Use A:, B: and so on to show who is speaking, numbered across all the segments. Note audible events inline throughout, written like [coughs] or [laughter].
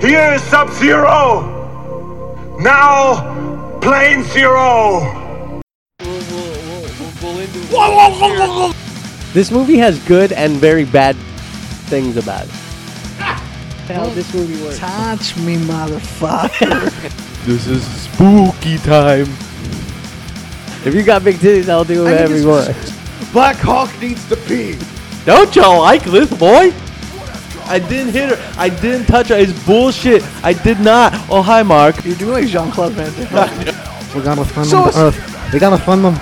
A: Here, Sub Zero! Now, Plane Zero!
B: We'll, we'll, we'll, we'll end it.
C: This movie has good and very bad things about it. How this movie works.
D: Touch me, motherfucker.
E: This is spooky time.
C: If you got big titties, I'll do whatever you want.
E: Black Hawk needs to pee.
C: Don't y'all like this boy?
E: I didn't hit her. I didn't touch her. It's bullshit. I did not. Oh, hi, Mark.
D: You're doing like Jean Claude Van Damme.
F: We gotta fund
D: So
F: him
D: is-
F: to Earth. We gotta fund him.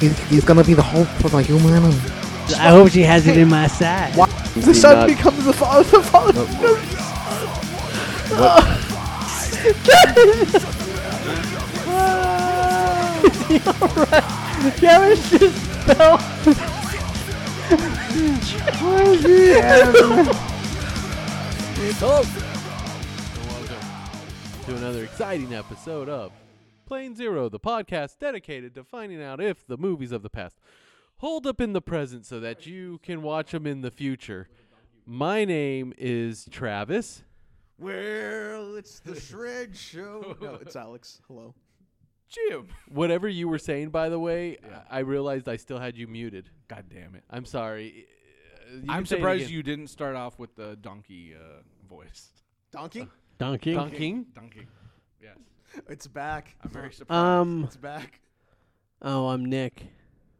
F: He's, he's gonna be the hope for the humanity.
C: I hope she has it in my side.
D: The son becomes the father. The father. [laughs]
C: Yeah, it's just
E: To another exciting episode of Plane Zero, the podcast dedicated to finding out if the movies of the past hold up in the present so that you can watch them in the future. My name is Travis.
D: Well, it's the Shred Show. No, it's Alex. Hello.
E: Jim. Whatever you were saying, by the way, I I realized I still had you muted.
G: God damn it.
E: I'm sorry. Uh, you
G: I'm
E: can say it
G: surprised
E: again.
G: you didn't start off with the donkey uh, voice.
D: Donkey?
C: donkey.
E: Dunking?
G: Donkey. Yes.
D: It's back. Mm.
G: I'm very surprised.
C: Um.
D: It's back.
C: Oh, I'm Nick.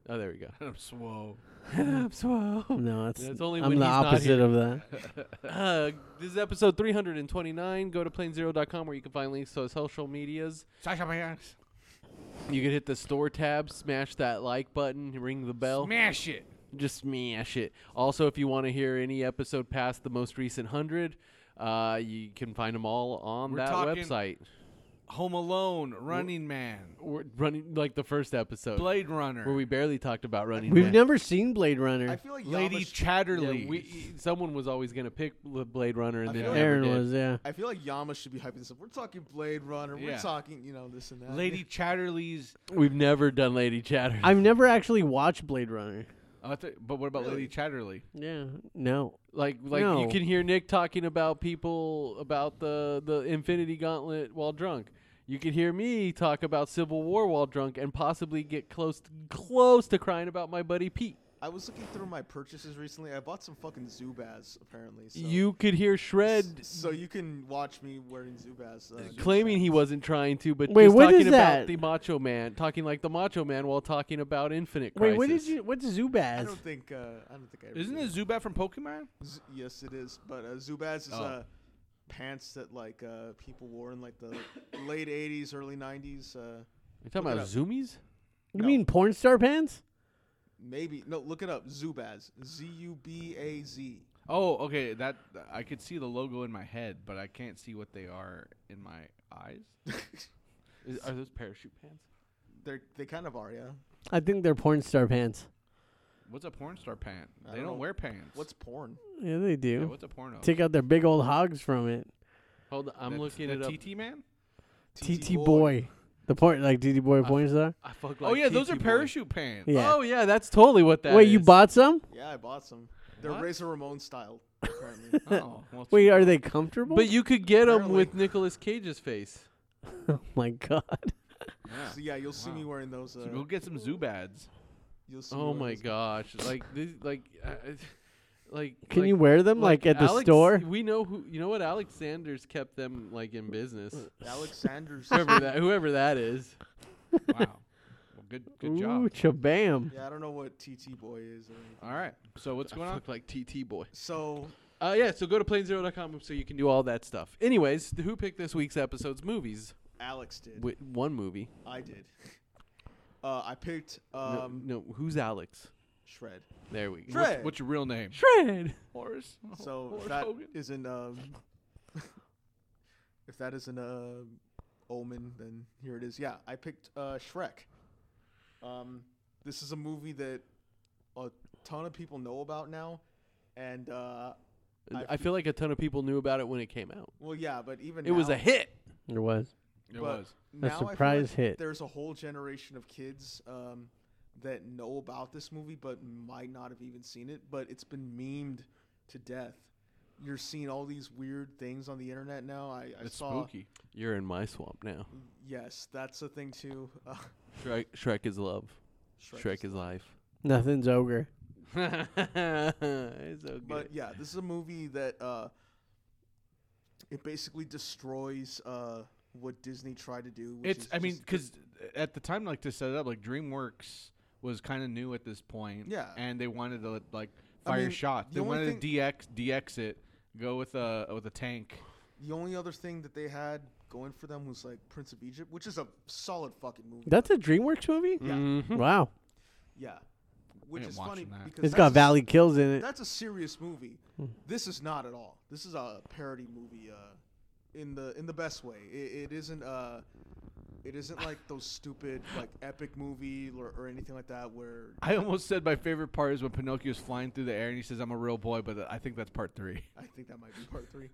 E: Oh, there we [laughs] go.
G: I'm swole.
E: I'm so.
C: No, it's,
E: That's only
C: I'm
E: when
C: the
E: he's not
C: opposite
E: here.
C: of that.
E: [laughs] Uh, this is episode 329. Go to planezero.com where you can find links to our social medias.
G: Sasha my ass.
E: You can hit the store tab, smash that like button, ring the bell.
G: Smash it.
E: Just smash it. Also, if you want to hear any episode past the most recent 100, uh, you can find them all on
G: We're
E: that
G: talking-
E: website.
G: Home Alone, Running Man,
E: We're running like the first episode
G: Blade Runner,
E: where we barely talked about running.
C: We've
E: Man.
C: never seen Blade Runner.
D: I feel like y'all
G: Lady
D: have a sh-
E: Yeah,
G: Chatterley.
E: we, e, someone was always going to pick Bl- Blade Runner, and
D: I
E: then
D: feel like-
E: never
C: Aaron
E: did.
C: was, yeah.
D: I feel like Yama should be hyping this up. We're talking Blade Runner. We're
G: Yeah.
D: talking, you know, this and that.
G: Lady Chatterley's.
E: We've never done Lady Chatterley.
C: I've never actually watched Blade Runner.
G: Oh, I thought- but what about Lady Chatterley?
C: Yeah, no.
E: [laughs] Like like you
C: No.
E: can hear Nick talking about people about the the Infinity Gauntlet while drunk. You can hear me talk about Civil War while drunk and possibly get close close to crying about my buddy Pete.
D: I was looking through my purchases recently. I bought some fucking Zubaz, apparently. So.
E: You could hear Shred
D: So you can watch me wearing Zubaz. Uh,
E: claiming he wasn't trying to, but
C: Wait,
E: just
C: what
E: talking
C: is
E: about
C: that?
E: the Macho Man, talking like the Macho Man while talking about Infinite Crisis.
C: Wait, what did you? What's
D: I
C: Zubaz?
D: don't think. Uh, I don't think I. ever
G: Isn't
D: did.
G: it Zubat from Pokemon?
D: Z- yes, it is. But uh, Zubaz is
G: Oh.
D: uh, pants that like uh, people wore in like the late '80s, early '90s. Uh,
E: You talking
D: Look
E: about
D: it
E: Zoomies?
C: You mean porn star pants?
D: maybe no. Look it up. Zubaz. Z U B A Z.
G: Oh, okay. That I could see the logo in my head, but I can't see what they are in my eyes.
E: Is, are those parachute pants?
D: They they kind of are, yeah.
C: I think they're porn star pants.
G: What's a porn star pant? They
D: don't
G: don't,
D: know.
G: wear pants.
D: What's porn?
C: Yeah, they
G: yeah,
C: do.
G: what's a porno?
C: Take out their big old hogs from it.
E: Hold on, I'm
G: That's
E: looking
G: the
E: it up.
G: TT man.
C: TT boy. The porn like TT boy porn star.
E: I fuck
G: oh
E: like
G: yeah, those
E: TT
G: are
E: boy.
G: parachute pants.
C: Yeah.
E: Oh yeah, that's totally what that
C: Wait, you
E: is.
C: bought some?
D: Yeah, I bought some. They're
G: What?
D: Razor Ramon style. Apparently.
G: [laughs] Oh, well,
C: Wait, are they comfortable?
E: But you could get them
D: Apparently.
E: with Nicolas Cage's face.
C: oh my god. [laughs]
G: yeah.
D: so yeah, you'll see me wearing those. Uh,
G: So go get
C: [laughs]
G: some Zubads.
D: you'll see me
E: Oh
D: wearing
E: my
D: those.
E: gosh! Like this, like, uh, [laughs] like.
C: Can
E: like-
C: you wear them like, at the
E: Alex-
C: store?
E: We know who. You know what? Alex Sanders kept them like in
C: [laughs]
E: business.
D: Alex
G: [laughs]
D: Sanders.
E: whoever that, whoever that is.
G: Wow. Well, good good
C: Ooh,
G: job.
C: chabam.
D: Yeah, I don't know what TT boy is. Or anything.
G: All right. So what's
E: I
G: going on?
E: fuck like TT boy.
D: So
E: Uh, yeah. So go to planezero.com so you can do all that stuff. Anyways, th- who picked this week's episode's movies?
D: Alex did.
E: Wi- one movie.
D: I did. Uh, I picked
E: No,
D: um,
E: no, who's Alex?
D: Shred.
E: There we go.
D: Shred.
G: What's your real name?
E: Shred.
G: Horace. Oh, [laughs]
D: So if
G: Horace
D: that
G: Hogan.
D: not um, [laughs] if that isn't a omen, then here it is. Yeah, I picked uh, Shrek. Um, this is a movie that a ton of people know about now, and uh, I-
E: I feel like a ton of people knew about it when it came out.
D: well, yeah, but even
E: It was
D: now-
E: a hit.
C: It was.
G: It
D: but
G: was.
D: now I feel
C: surprise
D: like
C: hit.
D: There's a whole generation of kids um, that know about this movie but might not have even seen it, but it's been memed to death. you're seeing all these weird things on the internet now. I, I
G: It's
D: saw.
G: spooky.
E: You're in my swamp now.
D: Yes, that's a thing too. [laughs] Uh,
E: Shrek, Shrek is love. Shrek, is life.
C: Nothing's ogre.
E: [laughs] it's so
D: but
E: good.
D: yeah, this is a movie that uh, it basically destroys uh, what Disney tried to do. Which
G: It's.
D: is
G: I mean,
D: just-
G: because at the time, like to set it up, like DreamWorks was kind of new at this point.
D: Yeah.
G: And they wanted to like
D: I
G: fire
D: mean,
G: shots.
D: the
G: They
D: only thing-
G: wanted to DX DX it. Go with a with a tank. [laughs]
D: the only other thing that they had going for them was like Prince of Egypt, which is a solid fucking movie.
C: That's a DreamWorks movie. Wow,
D: Yeah, which
G: ain't
D: is funny
G: watching that.
D: because
C: it's
D: that's
C: got
D: a-
C: Valley Hmm. Kills in it.
D: That's a serious movie. This is not at all. This is a parody movie, uh, in the in the best way. It, it isn't. Uh, it isn't like those stupid like epic movie or, or anything like that where
G: I almost said my favorite part is when Pinocchio's flying through the air and he says, "I'm a real boy," but I think that's part three. [laughs]
D: I think that might be part three.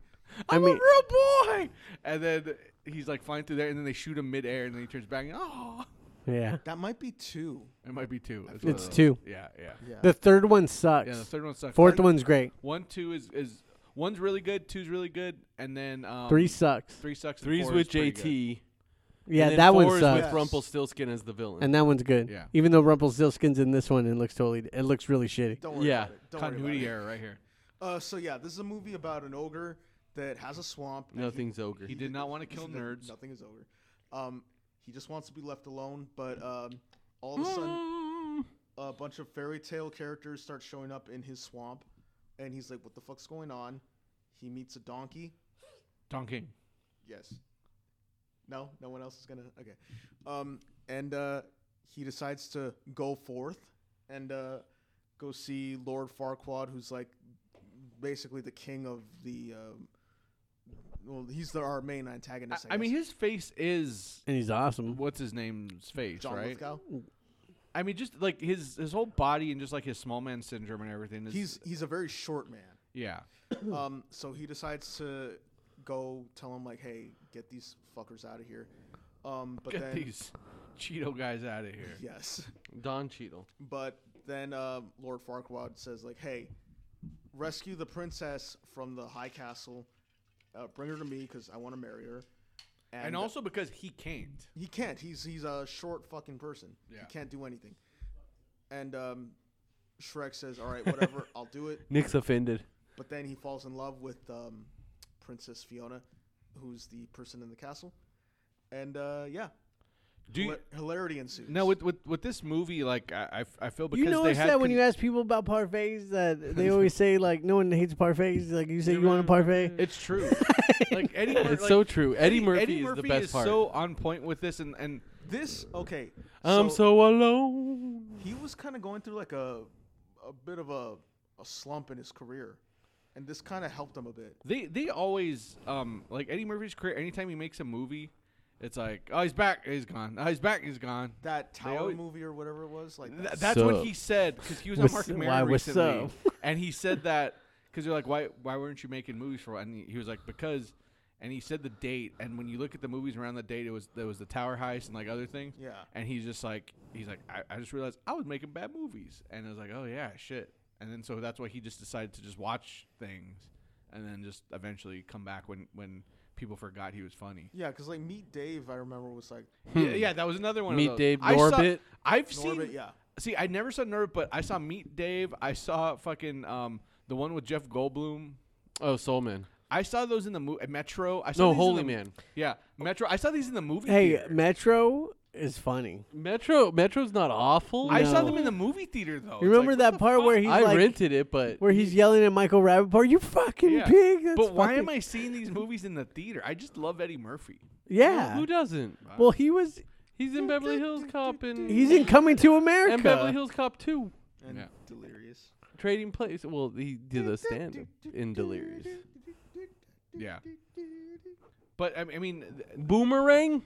C: I mean,
G: real boy. And then he's like flying through there, and then they shoot him midair, and then he turns back. And, oh,
C: yeah.
D: That might be two.
G: it might be
C: feel
G: two. one
C: It's
G: of those.
C: two.
G: Yeah, yeah,
D: Yeah.
C: The third one sucks.
G: yeah. The third one sucks.
C: Fourth
G: One-
C: one's great.
G: one, two is is one's really good, two's really good, and then um,
C: Three sucks.
G: three sucks. and
E: Three's
G: four
E: with
G: is pretty
E: JT.
C: Yeah,
E: and then
C: that
E: four
C: one
E: is
C: sucks.
E: with Rumpelstiltskin as the villain.
C: And that one's good.
G: Yeah.
C: Even though Rumpelstiltskin's in this one, it looks totally. It looks really shitty.
D: Don't worry
E: Yeah,
D: about it.
G: Good.
D: Don't worry
G: Continuity
D: about it.
G: error right here.
D: Uh, so yeah, this is a movie about an ogre that has a swamp. and he-
E: Nothing's ogre.
G: He did not want to kill
D: no-
G: nerds.
D: Nothing is ogre. Um, he just wants to be left alone, but um, all
G: Hmm.
D: of a sudden.
E: Mm.
D: a bunch of fairy tale characters start showing up in his swamp, and he's like, "What the fuck's going on?" He meets a donkey.
G: Don King.
D: Yes. No, no one else is gonna. Okay. Um, and uh, he decides to go forth and uh, go see Lord Farquaad, who's like basically the king of the. Um, well, he's the, our main
G: I,
D: antagonist. I,
G: I mean,
D: guess.
G: his face is
C: And he's awesome.
G: what's his name's face,
D: John
G: right?
D: Lithgow.
G: I mean, just like his his whole body and just like his small man syndrome and everything. Is,
D: He's he's a very short man.
G: yeah.
D: um, so he decides to go tell him like, "Hey, get these fuckers out of here." Um, but [laughs]
G: Get
D: then
G: these Cheeto guys out of here.
D: [laughs] yes,
E: Don Cheadle.
D: but then um, Lord Farquaad says like, "Hey, rescue the princess from the high castle. Uh, bring her to me because I want to marry her."
G: And also because he can't.
D: He can't. He's he's a short fucking person.
G: Yeah.
D: He can't do anything. And um, Shrek says, "All right,
G: [laughs]
D: whatever, I'll do it."
E: Nick's offended.
D: But then he falls in love with um, Princess Fiona, who's the person in the castle, and uh, yeah,
G: Do you,
D: hila- hilarity ensues.
G: no with, with with this movie like I I, I feel because
C: you
G: they
C: notice
G: had
C: that when
G: con-
C: you ask people about parfaits, that
G: [laughs]
C: they always say like, no one hates parfaits. Like you say, you want a parfait.
G: it's
D: [laughs]
G: true like Eddie Mur-
E: It's
G: like,
E: so true. Eddie, Murphy,
G: Eddie
E: is
G: Murphy
E: the best
G: is
E: part.
G: so on point with this and and
D: this okay.
E: I'm Um, so alone.
D: he was kind of going through like a a bit of a, a slump in his career, and this kind of helped him a bit.
G: they they always um like Eddie Murphy's career anytime he makes a movie it's like oh he's back he's gone oh he's back he's gone
D: That tower
G: always-
D: movie or whatever it was, like
G: Th-
D: that.
G: that's
E: Sup?
G: what he said because he was on
C: What's-
G: Mark
C: why,
G: Maron
C: what's
G: recently,
C: up? [laughs]
G: and he said that because they're like, why why weren't you making movies for? a while?" And he, he was like, because, and he said the date, and when you look at the movies around that date, it was there was the tower heist and like other things.
D: Yeah.
G: and he's just like, he's like, I, I just realized I was making bad movies, and I was like, oh yeah, shit. And then so that's why he just decided to just watch things, and then just eventually come back when when people forgot he was funny.
D: yeah, because like Meet Dave, I remember was like
C: Hmm.
G: Yeah, yeah, that was another one. of
E: Meet
G: those.
E: Dave
G: I saw-
E: Norbit.
G: I've
D: Norbit,
G: Hmm. seen.
D: yeah.
G: See, I never saw Norbit, but I saw Meet Dave. I saw fucking um the one with Jeff Goldblum.
E: Oh, Soul Man.
G: I saw those in the movie Metro. I saw
E: No,
G: these in
E: Holy
G: the-
E: Man.
G: Yeah, Metro. I saw these in the movie.
C: hey, uh,
G: theater.
C: Metro is funny.
G: Oh,
E: Metro. Metro's not awful.
G: I saw
C: no.
G: them in the movie theater though. It's
C: You remember
G: like,
C: that
G: what the
C: part where
G: fuck?
C: he's
E: I
C: like,
E: rented it, but
C: where he's yelling at Michael Rappaport, "You fucking
G: Yeah.
C: pig!" That's
G: But why am
C: fucking-"
G: I seeing these movies in the theater? I just love Eddie Murphy.
C: Yeah.
E: who doesn't?
C: Well, he was.
E: He's in Beverly Hills Cop and
C: He's in Coming to America.
E: and Beverly Hills Cop 2.
D: and
G: Yeah.
D: delirious.
E: Trading Place. Well, he did a stand up in
H: [laughs]
E: Delirious.
G: Yeah. But I I mean, th-
E: Boomerang,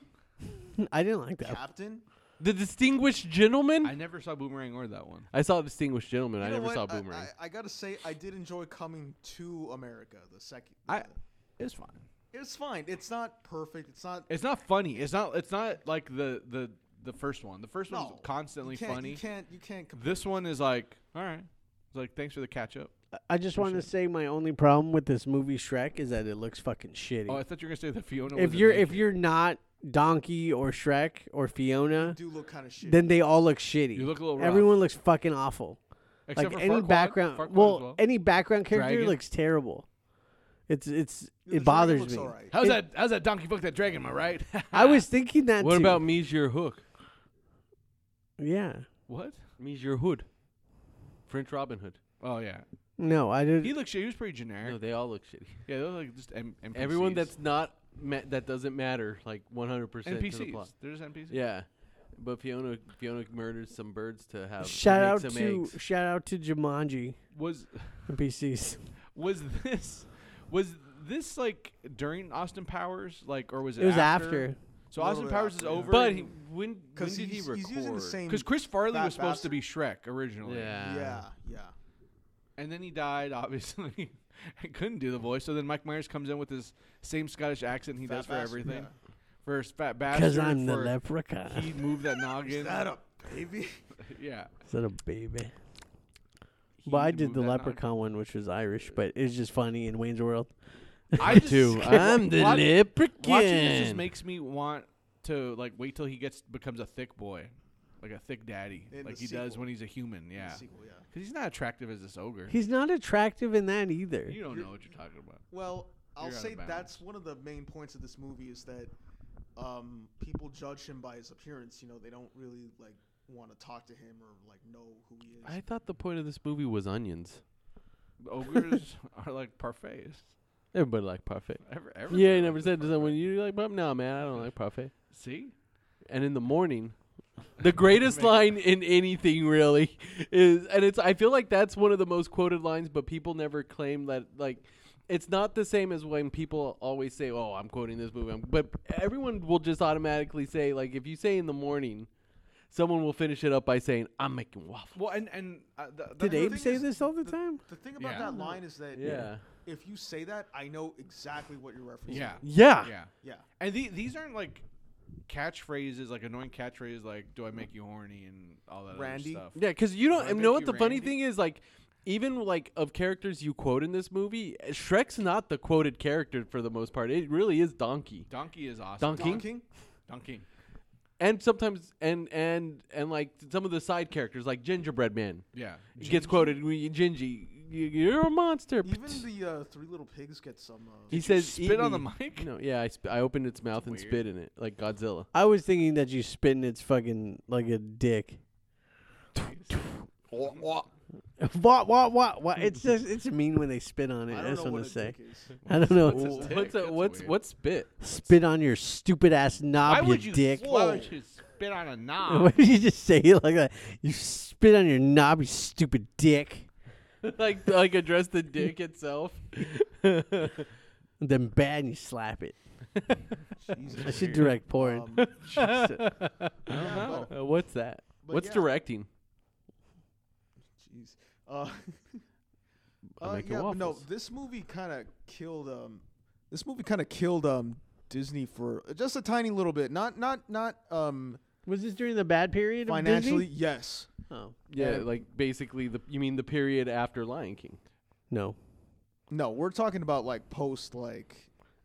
C: I didn't like that.
D: Captain.
E: the distinguished gentleman.
G: I
E: I,
G: never saw Boomerang or that one.
E: saw distinguished gentleman. I
D: You know
E: never
D: what?
E: saw Boomerang.
D: I, I gotta say, I did enjoy coming to America. The second,
G: I-
D: the-
G: It's fine.
D: It's fine. It's not perfect. It's not.
G: It's not funny. It's not. It's not like the the the first one. The first
D: no.
G: one's constantly
D: you can't-
G: funny.
D: You can't. You can't. Compare.
G: This one is like, all right. It's like, thanks for the catch up.
H: I just want to say my only problem with this movie Shrek is that it looks fucking shitty.
G: Oh, I thought you were gonna say that Fiona.
H: if
G: wasn't
H: you're if
G: naked.
H: you're not Donkey or Shrek or Fiona,
D: do look kind of shitty.
H: then they all look shitty.
G: You look a little rough.
H: Everyone looks fucking awful.
G: Except
H: like
G: for
H: any
G: Farquaad.
H: background,
G: Farquaad as
H: well,
G: well.
H: any background character
G: Dragon.
H: looks terrible. It's it's
D: The
H: it
D: dragon
H: bothers
D: looks
H: me.
D: alright.
G: how's that? How's that donkey fuck that dragon? Am I right?
H: I was thinking that.
E: What
H: too.
E: about me's your hook?
H: Yeah.
G: [laughs] what?
E: Me's your hood. French Robin Hood.
G: Oh yeah,
H: No, I did.
G: he looked. shit- He was pretty generic.
E: No, they all look
G: [laughs]
E: shitty.
G: yeah, they look like just M- NPCs.
E: Everyone that's not ma- that doesn't matter like 100% to the
G: NPCs.
E: plot.
G: They're just NPCs.
E: Yeah. But Fiona Fiona murders some birds to have to
H: shout
E: make
H: out
E: some
H: to
E: eggs.
H: shout out to Jumanji
G: Was
H: NPCs.
G: was this was this like during Austin Powers like or was it?
H: It was
G: after?
H: after.
G: So
D: No,
G: Austin
D: it was
G: Powers
D: after,
G: is
D: yeah.
G: over.
E: But he, when when
D: because
E: did he
D: he's,
E: record?
D: he's using the same.
G: because Chris Farley
D: Fat
G: was supposed to be Shrek originally.
E: yeah.
D: Yeah, yeah.
G: And then he died, [laughs] obviously. and couldn't do the voice. So then Mike Myers comes in with his same Scottish accent he
D: Fat
G: does for
D: bastard,
G: everything.
D: yeah.
G: For his fat
H: [laughs]
G: bastard.
H: Because I'm the
G: for [laughs]
H: leprechaun.
G: He moved that noggin.
D: Is that a baby?
G: [laughs] yeah.
H: Is that a baby?
G: He
H: Well, I
G: moved
H: did the
G: that noggin.
H: leprechaun one, which was Irish, but it's just funny in Wayne's World. [laughs]
G: I just, [laughs]
E: Too. I'm the
G: Watch-
E: leprechaun.
G: Watching this just makes me want to like wait till he gets becomes a thick boy, like a thick daddy,
D: In the
G: like he does
D: sequel.
G: when he's a human.
D: The
G: Yeah, because
D: sequel, yeah.
G: he's not attractive as this ogre.
H: He's not attractive in that either.
G: you don't know what you're
D: [laughs]
G: talking about.
D: Well, I'll
G: You're out of
D: say
G: bounds.
D: that's one of the main points of this movie is that um, people judge him by his appearance. You know, they don't really like want to talk to him or like know who he is.
E: I thought the point of this movie was onions.
G: Ogres are like parfaits.
E: Everybody like parfait.
G: Ever, ever
E: Yeah, I never said to someone, you like parfait? No, man, I don't like parfait.
G: See,
E: And in the morning, the
D: [laughs]
E: greatest line in anything really is, and it's, I feel like that's one of the most quoted lines, but people never claim that, like, it's not the same as when people always say, oh, I'm quoting this movie. I'm, but everyone will just automatically say, like, if you say in the morning, someone will finish it up by saying, I'm making waffles.
G: Well, and and uh, th- that's
H: Did
G: the
H: Abe
G: thing
H: say
G: is-
H: this all the time?
D: The thing about
G: Yeah.
D: that line is that
E: Yeah.
D: if you say that, I know exactly what you're referencing.
G: Yeah,
E: Yeah.
G: yeah.
D: yeah.
G: And the, these aren't like catchphrases, like annoying catchphrases, like "Do I make you horny?" and all that
D: Randy?
G: other stuff.
E: Yeah, because you don't.
G: I
E: And
G: make
E: know what
G: you
E: the funny
G: Randy?
E: thing is? Like, even like of characters you quote in this movie, Shrek's not the quoted character for the most part. It really is Donkey.
G: Donkey is awesome.
E: Donkey? King?
D: King?
G: Donkey.
E: And sometimes, and and and like some of the side characters, like Gingerbread Man,
G: Yeah.
E: gets quoted. we- Gingy, you- you're a monster.
D: Even the uh, Three Little Pigs get some. Uh,
E: he says,
G: spit
E: "Eat
G: on the
E: me."
G: mic? [laughs]
E: No, yeah, I, sp- I opened its mouth and
G: weird.
E: spit in it like Godzilla.
H: I was thinking that you spitting its fucking like a
D: [laughs]
H: dick. what what what what? It's just it's mean when they spit on it.
D: I
H: I
D: don't
H: just
D: know
H: want
D: what
H: to
D: a
H: say.
D: dick is.
H: I don't know.
G: What's
E: Wh-
G: his dick?
E: What's a,
G: That's
E: what's
G: weird.
E: what's spit? [laughs]
H: spit on your stupid ass knob,
G: Why
H: you,
G: would you
H: dick.
G: Why would you spit on a
H: Why [laughs]
G: knob?
H: did you just say it like that? You spit on your knob, you stupid dick.
E: like like address the dick
G: [laughs]
E: itself.
H: And then bad, and you slap it. [laughs] I should direct porn. [laughs]
D: Um,
H: oh.
E: Uh, what's that?
D: But
E: what's
D: yeah.
E: directing?
D: Jeez. Uh, [laughs]
E: I'm
D: uh,
E: making
D: yeah, but no,
E: waffles.
D: this movie kind of killed. Um, this movie kind of killed um Disney for just a tiny little bit. Not not not um
H: Was this during the bad period? of Disney?
D: financially. Yes.
H: Oh
E: Yeah, like basically the you mean the period after Lion King.
H: no.
D: No, we're talking about like post like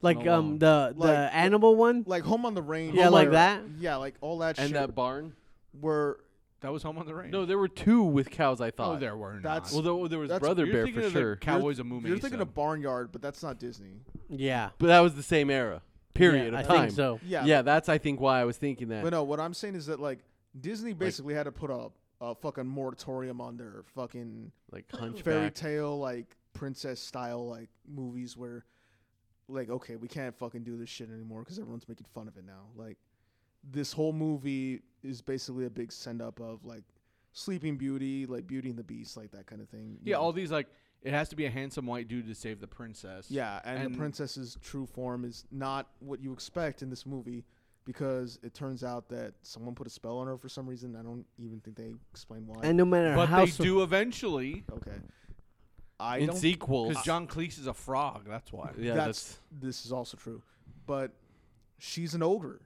H: Like
E: No,
H: um the the
D: Like-
H: animal one.
D: like Home on the Range.
H: Yeah,
D: Home
H: like
D: on-
H: that?
D: Yeah, like all that
E: And uh,
D: shit.
E: that barn?
D: where
G: That was Home on the Range.
E: No, there were two with cows, I thought.
G: oh, there were not.
E: [laughs]
D: That's-
E: Well, there, there was
D: That's-
E: Brother
G: You're
E: Bear
G: thinking
E: for
G: of the
E: sure.
G: Cowboys of Mumisa.
D: you're thinking of Barnyard, but that's not Disney.
H: Yeah.
E: But that was the same era. Period
H: Yeah,
E: of
H: I
E: time.
H: think so.
D: Yeah.
E: Yeah, that's I think why I was thinking
G: [laughs]
E: that.
D: But no, what I'm saying is that like Disney basically had to put a, a fucking moratorium on their fucking
E: like
D: fairy
E: hunchback.
D: tale like princess style like movies where like okay we can't fucking do this shit anymore because everyone's making fun of it now like this whole movie is basically a big send up of like sleeping beauty like beauty and the beast like that kind of thing you
G: Yeah,
D: know?
G: all these like it has to be a handsome white dude to save the princess.
D: yeah and,
G: and-
D: the princess's true form is not what you expect in this movie because it turns out that someone put a spell on her for some reason i don't even think they explain why
H: And no matter
G: But
H: how
G: they
H: su-
G: do eventually
D: okay i
E: In
D: don't
E: sequels.
G: because John Cleese is a frog. That's why.
E: yeah,
D: that's, this is also true. But she's an ogre.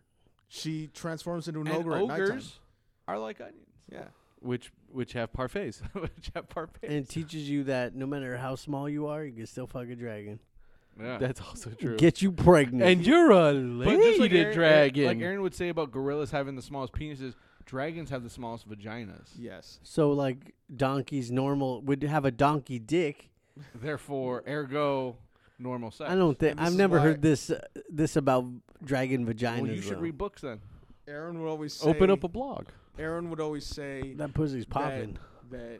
D: She transforms into an
G: And
D: ogre at nighttime.
G: ogres are like onions. [laughs]
D: Yeah.
E: which which have parfaits.
G: Which have
H: And
G: parfaits.
H: it teaches you that no matter how small you are, you can still fuck a dragon.
G: Yeah.
E: That's also true.
H: Get you pregnant.
E: and you're a
G: but just like
E: lady
G: Aaron,
E: dragon.
G: like Aaron would say about gorillas having the smallest penises, dragons have the smallest vaginas.
D: Yes.
H: so like donkeys normal would have a donkey dick.
G: Therefore, ergo, normal sex.
H: I don't think
D: And this
H: I've
D: is
H: never
D: why-
H: heard this uh, this about dragon vaginas.
G: Well, you should
H: though.
G: read books then. [laughs]
D: Aaron would always say,
E: Open up a blog.
D: Aaron would always say
H: that pussy's popping.
D: that, that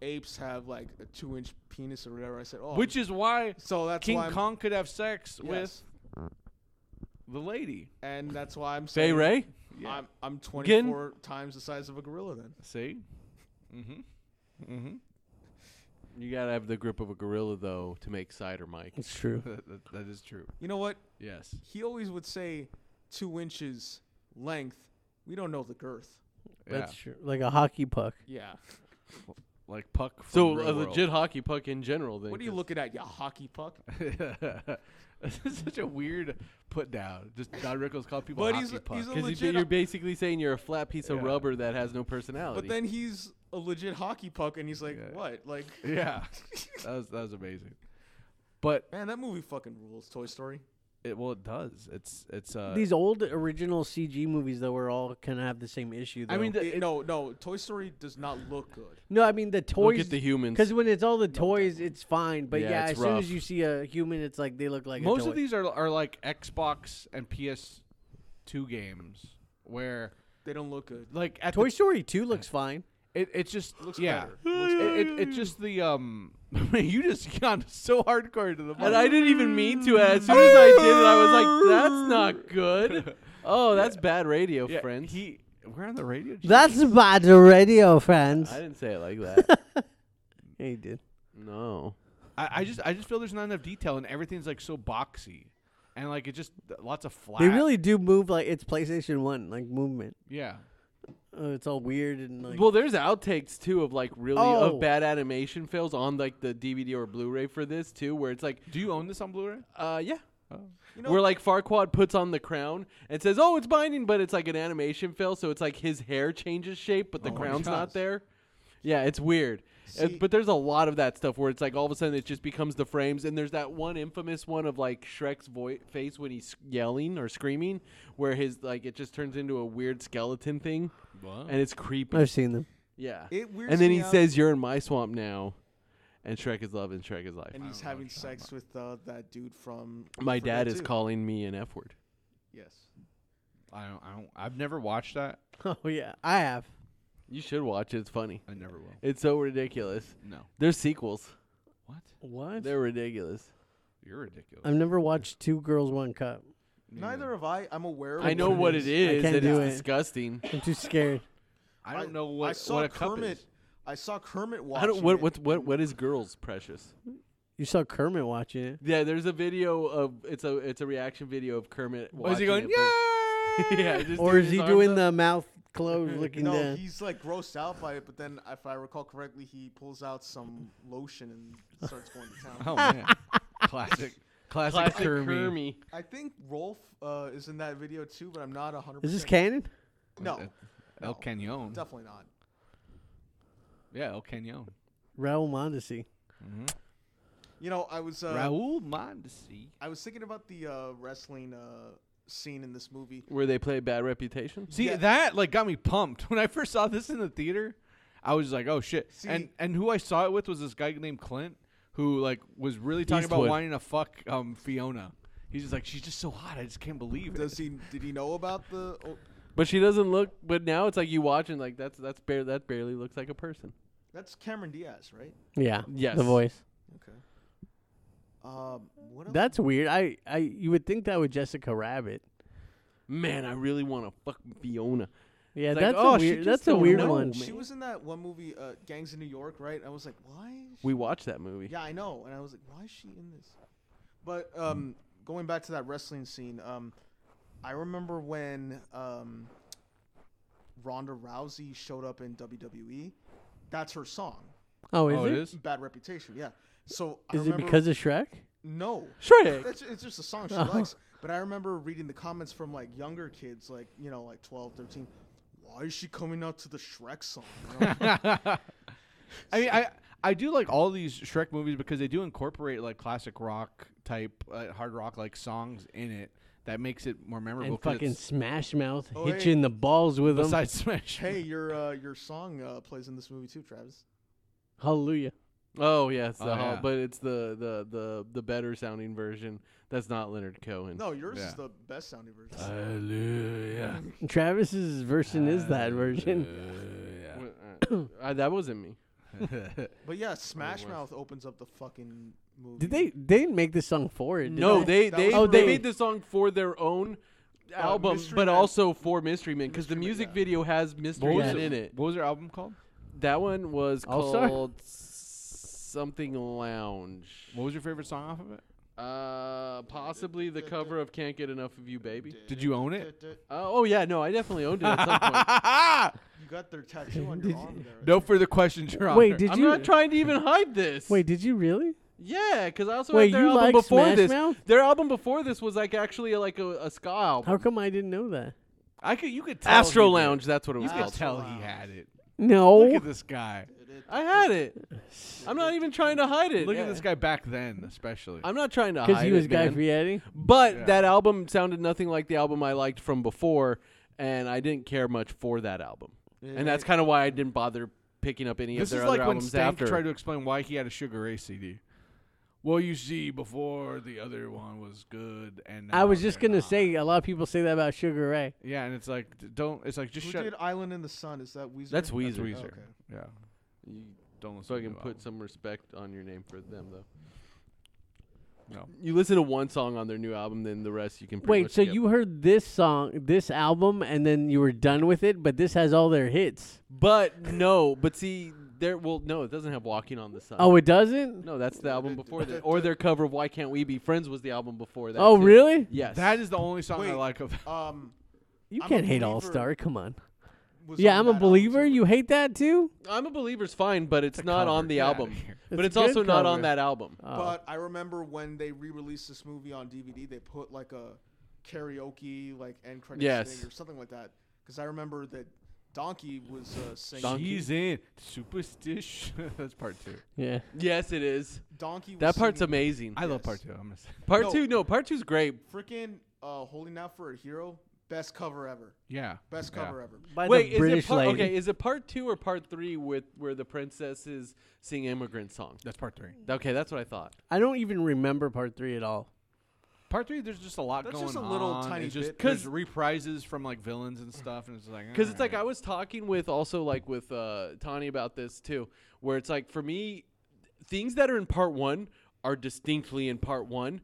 D: apes have like a two-inch penis or whatever. I said, oh,
G: Which is why
D: so that's
G: King
D: why I'm-
G: Kong could have sex
D: yes.
G: with the lady.
D: and that's why I'm
E: Say
D: saying
E: Ray.
D: I'm I'm 24 times the size of a gorilla. Then
G: See? Mm-hmm. Mm-hmm.
E: You gotta have the grip of a gorilla though to make cider, Mike.
H: It's true.
G: That, that- that is true.
D: you know what?
G: Yes.
D: He always would say two inches length. We don't know the girth.
G: Yeah.
H: That's true. Like a hockey puck.
D: Yeah.
G: like puck. From
E: So
G: Real
E: a
G: World.
E: legit hockey puck in general. Then
D: What are you looking at, you hockey puck?
G: [laughs] this is such a weird put down. Just Don Rickles called people
D: But
G: hockey
D: he's-
G: puck.
D: he's a-
E: Because
D: legit-
E: you're basically saying you're a flat piece of
G: Yeah.
E: rubber that has no personality.
D: But then he's a legit hockey puck, and he's like,
G: Yeah.
D: what? Like,
G: [laughs]
H: [laughs]
G: yeah, that was that was amazing. But
D: man, that movie fucking rules. Toy Story.
G: it well, it does. It's it's uh.
H: These old original CG movies though were all kind of have the same issue. Though.
G: I mean, the,
D: It- no, no, Toy Story does not look good.
H: no, I mean the
E: look
H: toys.
E: at the humans.
H: Because when it's all the toys, it's fine. But
E: Yeah,
H: yeah,
E: it's
H: as soon
E: rough.
H: as you see a human, it's like they look like a
G: most
H: toy.
G: of these are are like Xbox and PS2 games where
D: They don't look good.
G: like at the
H: Toy Story Two looks fine.
G: It it's just
D: Looks
G: yeah.
D: better.
G: it, it, it's just the um. [laughs] you just [laughs] gone so hardcore to the.
E: and
G: mic.
E: I didn't even mean to. As soon as I did it, I was like, "That's not good."
G: [laughs]
E: Oh, that's bad radio,
G: Yeah,
E: friends.
G: He we're on the radio. Jim.
H: That's bad radio, friends.
E: I didn't say it
G: [laughs]
E: like that.
H: Yeah, you did.
E: no.
G: I, I just I just feel there's not enough detail and everything's like so boxy, and like it just lots of flat.
H: They really do move like it's PlayStation One, like movement.
G: yeah.
H: Uh, it's all weird and like.
E: Well, there's outtakes too of like really
H: Oh.
E: of bad animation fails on like the DVD or Blu-ray for this too, where it's like,
G: Do you own this on Blu-ray?
E: uh, yeah.
D: You know-
E: Where like Farquad puts on the crown and says, "Oh, it's binding," but it's like an animation fail, so it's like his hair changes shape, but the
G: Oh my
E: crown's not
G: gosh.
E: there. Yeah, it's weird. Uh,
D: See-
E: but there's a lot of that stuff where it's like all of a sudden it just becomes the frames, and there's that one infamous one of like Shrek's voice face when he's yelling or screaming, where his like it just turns into a weird skeleton thing, and it's creepy.
H: I've seen them.
E: Yeah.
D: It weirds
E: and then
D: me
E: he
D: out.
E: says, "You're in my swamp now," and Shrek is love and Shrek is life.
D: and he's having sex with uh, that dude from.
E: my
D: I forget
E: dad is
D: too.
E: calling me an F word.
D: Yes.
G: I don't. I don't. I've never watched that.
H: Oh yeah, I have.
E: You should watch it. It's funny.
G: I never will.
E: It's so ridiculous.
G: No.
E: There's sequels.
G: What?
H: What?
E: They're ridiculous.
G: You're ridiculous.
H: I've never watched Two Girls One Cup.
D: Neither have I. I'm aware. Of
E: I know what it is,
H: can't
E: and
H: do
E: it's
H: it.
E: disgusting.
H: I'm too scared.
G: I don't know what
D: I saw
G: what a cup
D: Kermit.
G: is.
D: I saw Kermit watching.
E: I don't. What?
D: it.
E: What? What? What is girls precious?
H: You saw Kermit watching it.
E: Yeah. There's a video of. It's a. It's a reaction video of Kermit.
G: Oh, is
E: watching
G: he going?
E: it, but- [laughs] yeah. just
H: Or
E: doing
H: is
E: his
H: he
E: arms
H: doing
E: up.
H: the mouth closed, looking
D: no,
H: down?
D: he's like grossed out by it, but then if I recall correctly, he pulls out some lotion and starts going to town. [laughs]
G: Oh [laughs] man. Classic. Classic,
E: classic
G: Kermit.
E: Kermie?
G: Oh.
D: I think Rolf uh, is in that video too, but I'm not 100.
H: Is this canon?
D: No,
G: El Canyon.
D: definitely not.
G: Yeah, El Canyon.
H: Raul Mondesi.
D: You know, I was uh,
G: Raul Mondesi.
D: I was thinking about the uh, wrestling uh, scene in this movie.
E: Where they play Bad Reputation?
G: See
D: Yeah.
G: that like got me pumped [laughs] when I first saw this in the theater. I was like, oh shit! and
D: See-
G: and who I saw it with was this guy named Clint, who like was really talking
E: Eastwood.
G: about wanting to fuck um, Fiona. He's just like, she's just so hot. I just can't believe it.
D: Does he? Did he know about the? Oh,
E: But she doesn't look. But now it's like you watch and like that's that's bare that barely looks like a person.
D: that's Cameron Diaz, right?
H: Yeah.
E: Yes.
H: The voice.
D: Okay. Um, what else?
H: That's weird. I, I you would think that with Jessica Rabbit.
E: Man, I really want to fuck Fiona.
H: Yeah,
E: It's like,
H: that's
E: oh,
H: a
E: she
H: weird.
E: just
H: That's a
E: don't
H: weird
E: know,
H: one.
D: she
E: man.
D: was in that one movie, uh, Gangs in New York, right? I was like, why? is
E: We watched that movie.
D: Yeah, I know. And I was like, why is she in this? But um, going back to that wrestling scene, um, I remember when um, Ronda Rousey showed up in WWE. That's her song,
H: Oh, is
G: oh,
H: it?
G: it is.
D: "Bad Reputation." Yeah. So I
H: Is it
D: remember,
H: because of Shrek?
D: no?
E: Shrek.
D: That's, it's just a song she
H: Oh.
D: likes. But I remember reading the comments from like younger kids, like you know, like 12, 13. why is she coming out to the Shrek song? And I'm like,
G: I mean, I I do like all these Shrek movies because they do incorporate like classic rock type, uh, hard rock like songs in it. That makes it more memorable.
H: and
G: 'cause
H: fucking
G: it's-
H: Smash Mouth
D: Oh,
H: hit
D: hey.
H: you in the balls with them.
G: [laughs] besides Smash.
D: [laughs] hey, your uh, your song uh, plays in this movie too, Travis.
H: Hallelujah.
E: Oh yeah, it's the
G: Oh,
E: hol-
G: yeah.
E: but it's the, the the the better sounding version. That's not Leonard Cohen.
D: No, yours
G: Yeah.
D: is the best sounding version.
E: Uh,
G: Hallelujah.
H: Travis's version is that version.
G: Hallelujah.
E: Wh- uh, I- that wasn't me.
D: but yeah, Smash Mouth opens up the fucking movie.
H: Did they? They didn't make this song for it. did
E: No, they
H: they.
D: That
E: they,
D: was
E: oh,
H: for-
E: they made the song for their own
H: Uh,
E: album,
D: Mystery
E: but
D: Men.
E: also for Mystery Men because the
D: Mystery Men,
E: music
D: yeah.
E: video has Mystery
G: was
E: Men
G: it?
E: in it.
G: What was their album called?
E: That one was
H: All Star?
E: called something Lounge.
G: What was your favorite song off of it?
E: Uh, possibly the cover of "Can't Get Enough of You,
H: [laughs]
E: Baby."
G: Did you own [laughs] it?
D: You
E: Uh, oh yeah, no, I definitely owned it at some point.
D: got their tattoo on your arm there.
G: No further questions, Your
H: Wait,
G: Honor.
H: did
E: I'm
H: you?
E: not trying to even hide this.
H: Wait, did you really?
E: yeah, because I also
H: Wait,
E: had their
H: you
E: album
H: like
E: before
H: Smash
E: this.
H: Mouth?
E: Their album before this was like actually like a, a ska album.
H: How come I didn't know that?
G: I could. You could tell. he
E: Astro
G: did.
E: Lounge, that's what it
G: You
E: was
G: could
E: called.
G: tell he had it. Look
H: No.
G: at this guy.
E: I had it. I'm not even trying to hide it.
G: Look
E: Yeah.
G: at this guy back then, especially.
E: I'm not trying to hide
H: Because he was
E: it,
H: Guy
E: man.
H: Fieri.
E: But
G: Yeah.
E: that album sounded nothing like the album I liked from before, and I didn't care much for that album. And that's kind of why I didn't bother picking up any
G: This
E: of
G: is
E: their
G: like
E: other
G: when
E: albums
G: Stank
E: after.
G: tried to explain why he had a Sugar Ray CD. Well, you see, before the other one was good, and
H: I
G: now
H: was just
G: they're
H: gonna
G: not.
H: say a lot of people say that about Sugar Ray.
G: yeah, and it's like d- don't. It's like just
D: Who
G: shut.
D: did Island in the Sun? Is that Weezer?
E: That's Weezer.
D: Oh,
G: Weezer.
D: okay.
G: Yeah,
E: You
G: don't listen.
E: So I can
G: to the
E: put
G: album.
E: some respect on your name for them, though.
G: No.
E: You listen to one song on their new album, then the rest you can. Pretty
H: Wait,
E: much
H: so
E: skip.
H: you heard this song, this album, and then you were done with it, but this has all their hits.
E: But no, but see, there. Well, no, it doesn't have "Walking on the Sun."
H: Oh, it doesn't.
E: no, that's the album before that, or their cover of "Why Can't We Be Friends" was the album before that.
H: Oh,
E: too.
H: really?
E: Yes.
G: That is the only song I
D: Wait.
G: like of.
D: Um,
H: You
D: I'm a
H: can't hate All
D: believer.
H: Star. Come on.
D: was
H: Yeah,
D: on
H: I'm a
D: that album,
H: believer.
D: too.
H: You hate that too?
E: I'm a believer's fine, but it's,
G: a
E: not
G: cover.
E: on the
G: Get outta
E: album.
G: here.
E: But
H: It's a
E: it's, also
H: good
E: not on
H: cover.
E: that album.
G: Uh,
D: But I remember when they re-released this movie on DVD, they put like a karaoke like end credits
E: Yes.
D: thing or something like that. Because I remember that Donkey was uh, singing.
G: She's in superstition. [laughs] That's part two.
H: Yeah.
E: Yes, it is.
D: Donkey. Was
E: That part's
D: singing
E: amazing.
G: I love
D: Yes.
G: part two. I'm gonna say.
E: Part
D: No.
E: two, no, part two's great.
D: Freaking uh, holding out for a hero. Best cover ever.
G: Yeah.
D: Best
G: yeah.
D: cover ever.
H: By
E: Wait,
H: the
E: is
H: British
E: it part,
H: lady.
E: okay? Is it part two or part three with where the princesses sing immigrant song?
G: That's part three.
E: Okay, that's what I thought.
H: I don't even remember part three at all.
G: Part three, there's just a lot
D: That's
G: going
D: just
G: on.
D: a little tiny
G: It's just
D: bit.
G: because reprises from like villains and stuff, and it's
D: [clears throat]
G: like
E: Because it's like
G: alright.
E: I was talking with also like with uh, Tani about this too, where it's like for me, things that are in part one are distinctly in part one.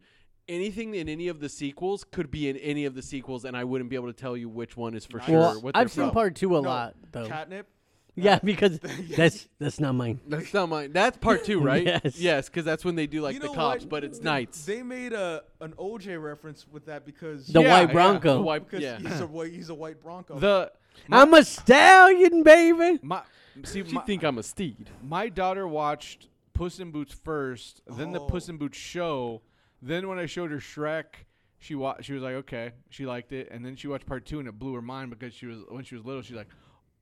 E: Anything in any of the sequels could be in any of the sequels, and I wouldn't be able to tell you which one is for sure.
H: Well,
E: what
H: I've
E: they're
H: seen
E: from.
H: part two a
D: No,
H: lot though.
D: Catnip.
H: [laughs] yeah, because that's that's not mine.
E: That's not mine. That's part
H: [laughs]
E: two, right?
H: Yes.
E: Yes, because that's when they do like
D: You
E: the
D: know
E: cops,
D: what?
E: but it's nights.
D: They made a an OJ reference with that because
H: The
G: Yeah, yeah.
H: White Bronco.
E: Why-
D: because
E: yeah. [laughs]
D: he's a white he's a white Bronco.
G: the
H: I'm a stallion, baby.
G: my see
E: You
G: my,
E: think I'm a steed?
G: my daughter watched Puss in Boots first, then the Puss
D: Oh.
G: in Boots show. Then when I showed her Shrek, she wa- she was like, okay, she liked it, and then she watched part two, and it blew her mind because she was when she was little, she's like,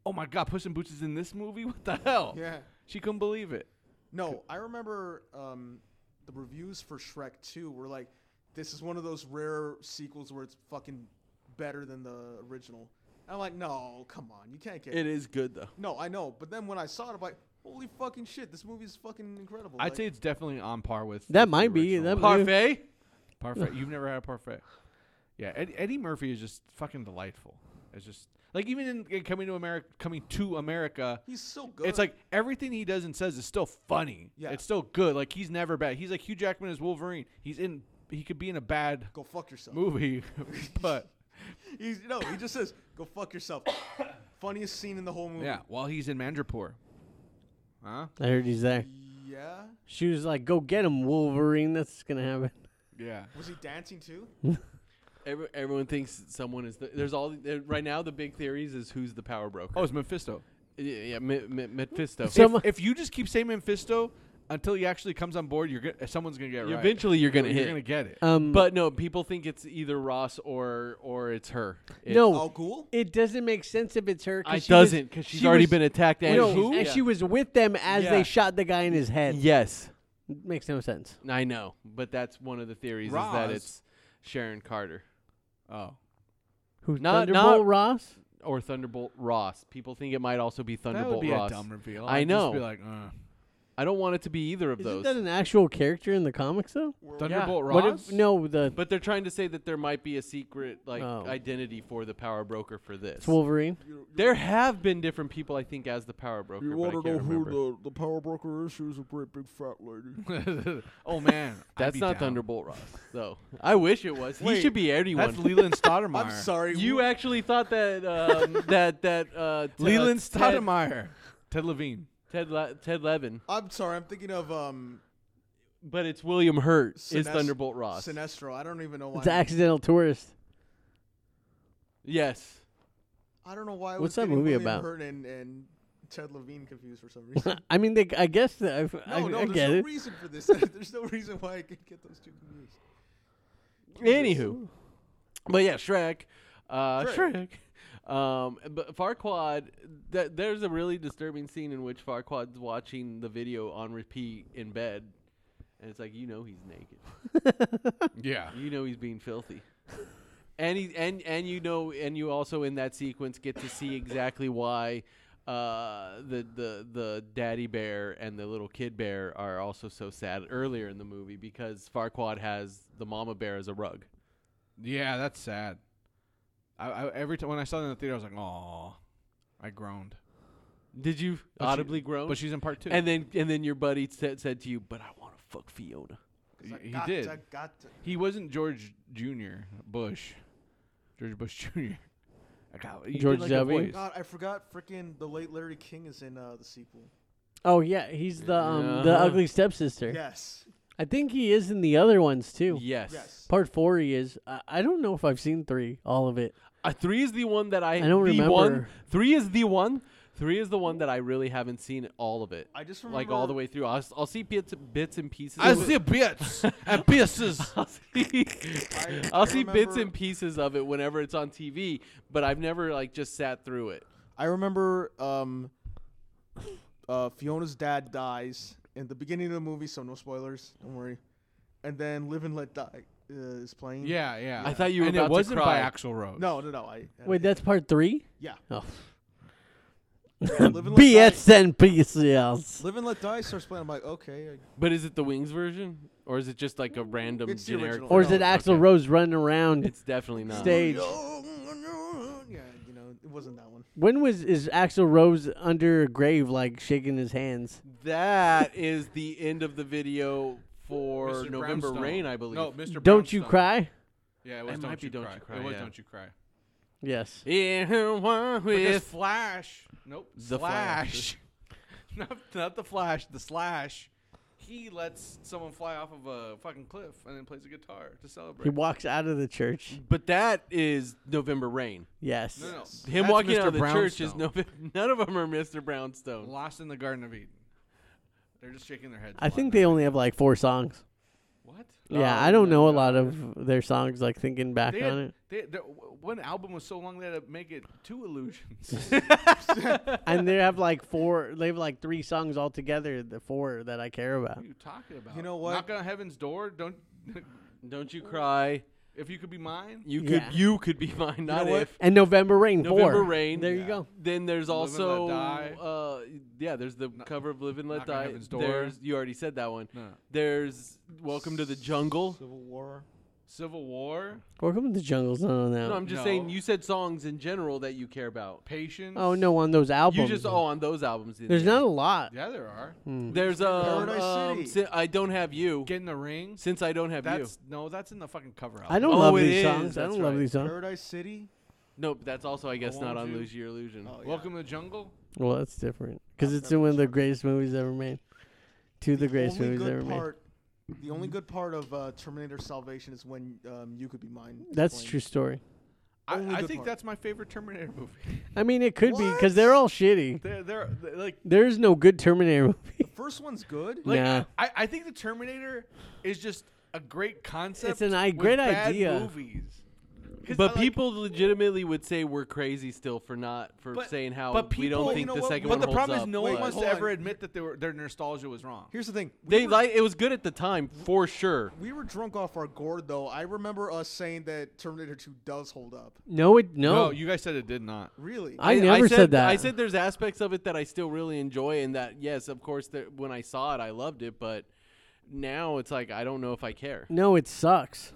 G: oh my god, Puss in Boots is in this movie? What the hell?
D: yeah.
G: she couldn't believe it.
D: No, I remember um, the reviews for Shrek 2 were like, this is one of those rare sequels where it's fucking better than the original. And I'm like, no, come on, you can't get
E: It is good though.
D: No, I know, but then when I saw it, I'm like, holy fucking shit, this movie is fucking incredible.
G: I'd
D: Like,
G: say it's definitely on par with
H: That
G: with the
H: might be,
G: original
H: that
G: one.
H: might-
E: Parfait.
G: Parfait. You've never had a parfait. Yeah, Ed, Eddie Murphy is just fucking delightful. It's just like even in, in coming to America, coming to America,
D: he's so good.
G: it's like everything he does and says is still funny.
D: Yeah.
G: it's still good. Like he's never bad. He's like Hugh Jackman as Wolverine. He's in. He could be in a bad [laughs]
D: go fuck yourself.
G: movie, [laughs] but
D: He's, no, he just says, go fuck yourself. Funniest scene in the whole movie.
G: yeah, while he's in Mandrapur, huh?
H: I heard he's there.
D: Yeah?
H: She was like, "Go get him, Wolverine." That's gonna happen. [laughs]
G: Yeah,
D: Was he dancing too?
E: Every, everyone thinks someone is. The, there's all the, right now. The big theories is who's the power broker.
G: Oh, it's Mephisto.
E: yeah, yeah Mi- Mi- Mephisto.
H: So- Someone-
G: if, if you just keep saying Mephisto, until he actually comes on board, you're gonna, someone's gonna get it right.
E: Eventually, you're gonna
G: you're
E: hit.
G: gonna get it.
H: Um,
E: but no, people think it's either Ross or or it's her. It,
H: no,
D: Al Ghul?
H: it doesn't make sense if it's her. 'cause
E: it
H: she was-
E: doesn't because she's
H: she
E: already
H: was-
E: been attacked. And
H: no,
E: who?
H: and she was with them as
E: Yeah.
H: they shot the guy in his head.
E: Yes,
H: Makes no sense.
E: I know, but that's one of the theories is that
G: Roz.
E: it's Sharon Carter
G: oh,
H: Who's
E: Not-
H: Thunderbolt
E: not-
H: Ross?
E: or Thunderbolt Ross. People think it might also be
G: that
E: Thunderbolt
G: would be
E: Ross.
G: a dumb reveal.
E: I
G: I'd
E: know.
G: Just be like, uh,
E: I don't want it to be either of
H: Isn't
E: those.
H: that an actual character in the comics though?
G: Thunderbolt Ross.
H: What if no the
E: But they're trying to say that there might be a secret like
H: Oh.
E: identity for the power broker for this.
H: it's Wolverine?
E: there have been different people I think as the power broker.
D: You
E: but I
D: want to
E: can't
D: know
E: remember.
D: who the, the power broker is? She was a great big fat lady.
G: [laughs]
E: [laughs]
G: oh man, I'd
E: That's
G: be
E: not
G: down.
E: Thunderbolt Ross, though. [laughs] I wish it was. he
G: Wait,
E: should be everyone. [laughs]
G: That's Leland Stoudemire.
D: I'm sorry.
E: You
D: who-
E: actually thought that
D: [laughs]
E: um, that that uh, Ted-
G: Leland
E: Ted-
G: Stoudemire. Ted Levine.
E: Ted Le- Ted Levin,
D: I'm sorry. I'm thinking of um.
E: but it's William Hurt is
D: Sinest-
E: Thunderbolt Ross.
D: Sinestro. I don't even know why.
H: It's an accidental tourist. [laughs]
E: yes,
D: I don't know why. I
H: What's
D: was
H: that
D: getting
H: movie
D: William
H: about?
D: Hurt and, and Ted Levine confused for some
H: [laughs]
D: reason.
H: I mean, they, I guess that I've,
D: No,
H: I,
D: no,
H: I
D: there's
H: get
D: no
H: it.
D: reason for this. [laughs] there's no reason why I could get those two confused.
E: Anywho, but yeah, Shrek, uh, Shrek.
D: Shrek.
E: Um, but Farquad, th- there's a really disturbing scene in which Farquad's watching the video on repeat in bed, and it's like you know he's naked,
G: Yeah.
E: you know he's being filthy, and he and and you know and you also in that sequence get to see exactly why. Uh, the the the daddy bear and the little kid bear are also so sad earlier in the movie because Farquad has the mama bear as a rug.
G: Yeah, that's sad. I, I every time when I saw it in the theater, I was like, "Oh," I groaned.
E: Did you
G: But she-
E: audibly groan?
G: But she's in part two.
E: and then and then your buddy said said to you, "But I want to fuck Fiona."
G: he,
D: 'Cause I
G: he
D: got
G: did.
D: to- got to-
G: He wasn't George Junior Bush. George Bush [laughs] Junior. I got- you did
H: George
G: like a
H: W.
G: voice.
D: God, I forgot. Freaking the late Larry King is in uh, the sequel.
H: Oh yeah, he's the um the
E: Uh-huh.
H: ugly stepsister.
D: Yes,
H: I think he is in the other ones too.
E: Yes.
D: yes.
H: Part four, he is. I, I don't know if I've seen three, all of it.
E: Uh, three is the one that I.
H: I don't
E: the One,
H: remember.
E: three is the one. Three is the one that I really haven't seen all of it.
D: I just
E: like all the
D: remember-
E: way through. I'll, s- I'll see bits bits and pieces.
G: I
E: of it.
G: see bits
E: [laughs]
G: and pieces.
E: I'll see,
D: I-
E: [laughs] I'll
D: I
E: see bits
D: remember-
E: and pieces of it whenever it's on TV, but I've never like just sat through it.
D: I remember um, uh, Fiona's dad dies in the beginning of the movie, so no spoilers. Don't worry. And then Live and Let Die uh, is playing.
G: Yeah, yeah.
E: I thought you were
G: and
E: about
G: it
E: to
G: wasn't
E: cry.
G: by Axl Rose.
D: No, no, no. I, I-
H: Wait, that's part three?
D: yeah.
H: Oh.
D: yeah, Live and Let
H: BS
D: Die.
H: and PCLs.
D: Live and Let Die starts playing. I'm like, okay. I-
E: But is it the Wings version, or is it just like a random
D: It's the
E: generic?
D: original.
H: Or is
D: No,
H: it Axl
E: okay.
H: Rose running around
E: It's definitely not.
H: stage?
D: yeah, you know, it wasn't that one.
H: When was is Axl Rose under a grave, like shaking his hands? [laughs]
E: That is the end of the video for
G: Mr.
E: November
G: Brownstone.
E: Rain, I believe.
G: No, Mr.
H: Don't you
G: Brownstone.
H: cry?
G: Yeah, it
E: It
G: was
E: might
G: Don't
E: be
G: You
E: Don't
G: Cry.
E: You Cry,
G: It was
E: yeah.
G: Don't You Cry.
H: Yes.
E: Yeah,
G: Because
E: with
G: Flash. Nope.
E: The [laughs]
G: Slash. not, not the Flash. The Slash. He lets someone fly off of a fucking cliff and then plays a guitar to celebrate.
H: He walks out of the church.
E: but that is November Rain.
H: Yes.
G: no, no, no.
E: Him
G: That's
E: walking
G: Mr.
E: out of the church is
G: Brownstone.
E: November. [laughs] None of them are Mr. Brownstone.
G: Lost in the Garden of Eden. They're just shaking their heads.
H: I
G: a lot
H: think
G: now.
H: they only have like four songs.
G: What?
H: Yeah,
E: Oh,
H: I don't
E: no,
H: know a
E: no.
H: lot of their songs. Like thinking back
G: They
H: on
G: had,
H: it,
G: they, the- one album was so long they had to make it
E: [laughs]
G: two illusions.
H: and they have like four. They have like three songs altogether. The four that I care about.
G: What are you talking about?
D: You know what?
G: Knock on heaven's door. Don't. [laughs]
E: Don't you cry.
G: if you could be mine.
E: You
H: Yeah.
E: could you could be [laughs] mine. Not
D: what?
E: if.
H: And November Rain.
E: November
H: four.
E: Rain.
H: There you go.
E: Then there's
G: Live and Let
E: also
G: Die.
E: uh yeah, there's the cover of Live and Let
G: Knock on
E: Die.
G: Heaven's Door.
E: There's you already said that one.
G: No.
E: There's Welcome to the Jungle.
D: Civil War.
G: Civil War.
H: Welcome to the Jungle's not on that.
E: No, I'm
H: one.
E: just
G: No.
E: saying you said songs in general that you care about.
G: Patience.
H: oh no, on those
E: You
H: albums.
E: just oh on those albums. didn't
H: There's
E: you?
H: not a lot.
G: Yeah, there are.
E: There's um,
D: Paradise
E: um
D: City.
E: si- I don't have you.
G: Get in the ring.
E: Since I don't have you.
G: That's no, that's in the fucking cover album.
H: I don't
E: Oh,
H: love
E: it
H: these
E: is,
H: songs. I
E: that's
H: don't love
E: right.
H: these songs.
D: Paradise City.
E: No, but that's also I guess not
G: want
E: on
G: you.
E: Lose Your Illusion.
D: Oh, yeah.
G: Welcome to the jungle.
H: Well, that's different because it's in one of the greatest movies ever made. Two of the greatest
D: only
H: movies
D: good
H: ever made.
D: part, The only good part of uh, Terminator Salvation is when um, you could be mine. is
H: That's
D: playing.
H: true story.
G: I,
D: Only
G: I
D: good
G: think
D: part.
G: that's my favorite Terminator movie. [laughs]
H: I mean, it could be be because they're all shitty.
G: they're, they're, they're like,
H: There is no good Terminator [laughs] movie.
D: First one's good.
G: like
H: Nah.
G: I, I think the Terminator is just a great concept.
H: an i-
G: with
H: great
G: bad
H: idea.
G: Movies. 'Cause I
E: But
G: like-
E: people legitimately would say we're crazy still for not for
G: But-
E: saying how
G: but
E: we don't
G: people-
E: think
D: you know
E: the
D: what?
E: second one
G: But the
E: holds
G: problem
E: up,
G: is, no one
E: but-
G: wants
D: hold
G: to
D: on.
G: ever admit that they were, their nostalgia was wrong.
D: Here's the thing. We
E: They
D: were,
E: like it was good at the time for sure.
D: We were drunk off our gourd, though. I remember us saying that Terminator 2 does hold up.
H: No, it no.
G: no, Oh, you guys said it did not.
D: Really?
H: I never said, that.
E: I said there's aspects of it that I still really enjoy, and that yes, of course, that when I saw it, I loved it, but now it's like I don't know if I care.
H: no. It sucks.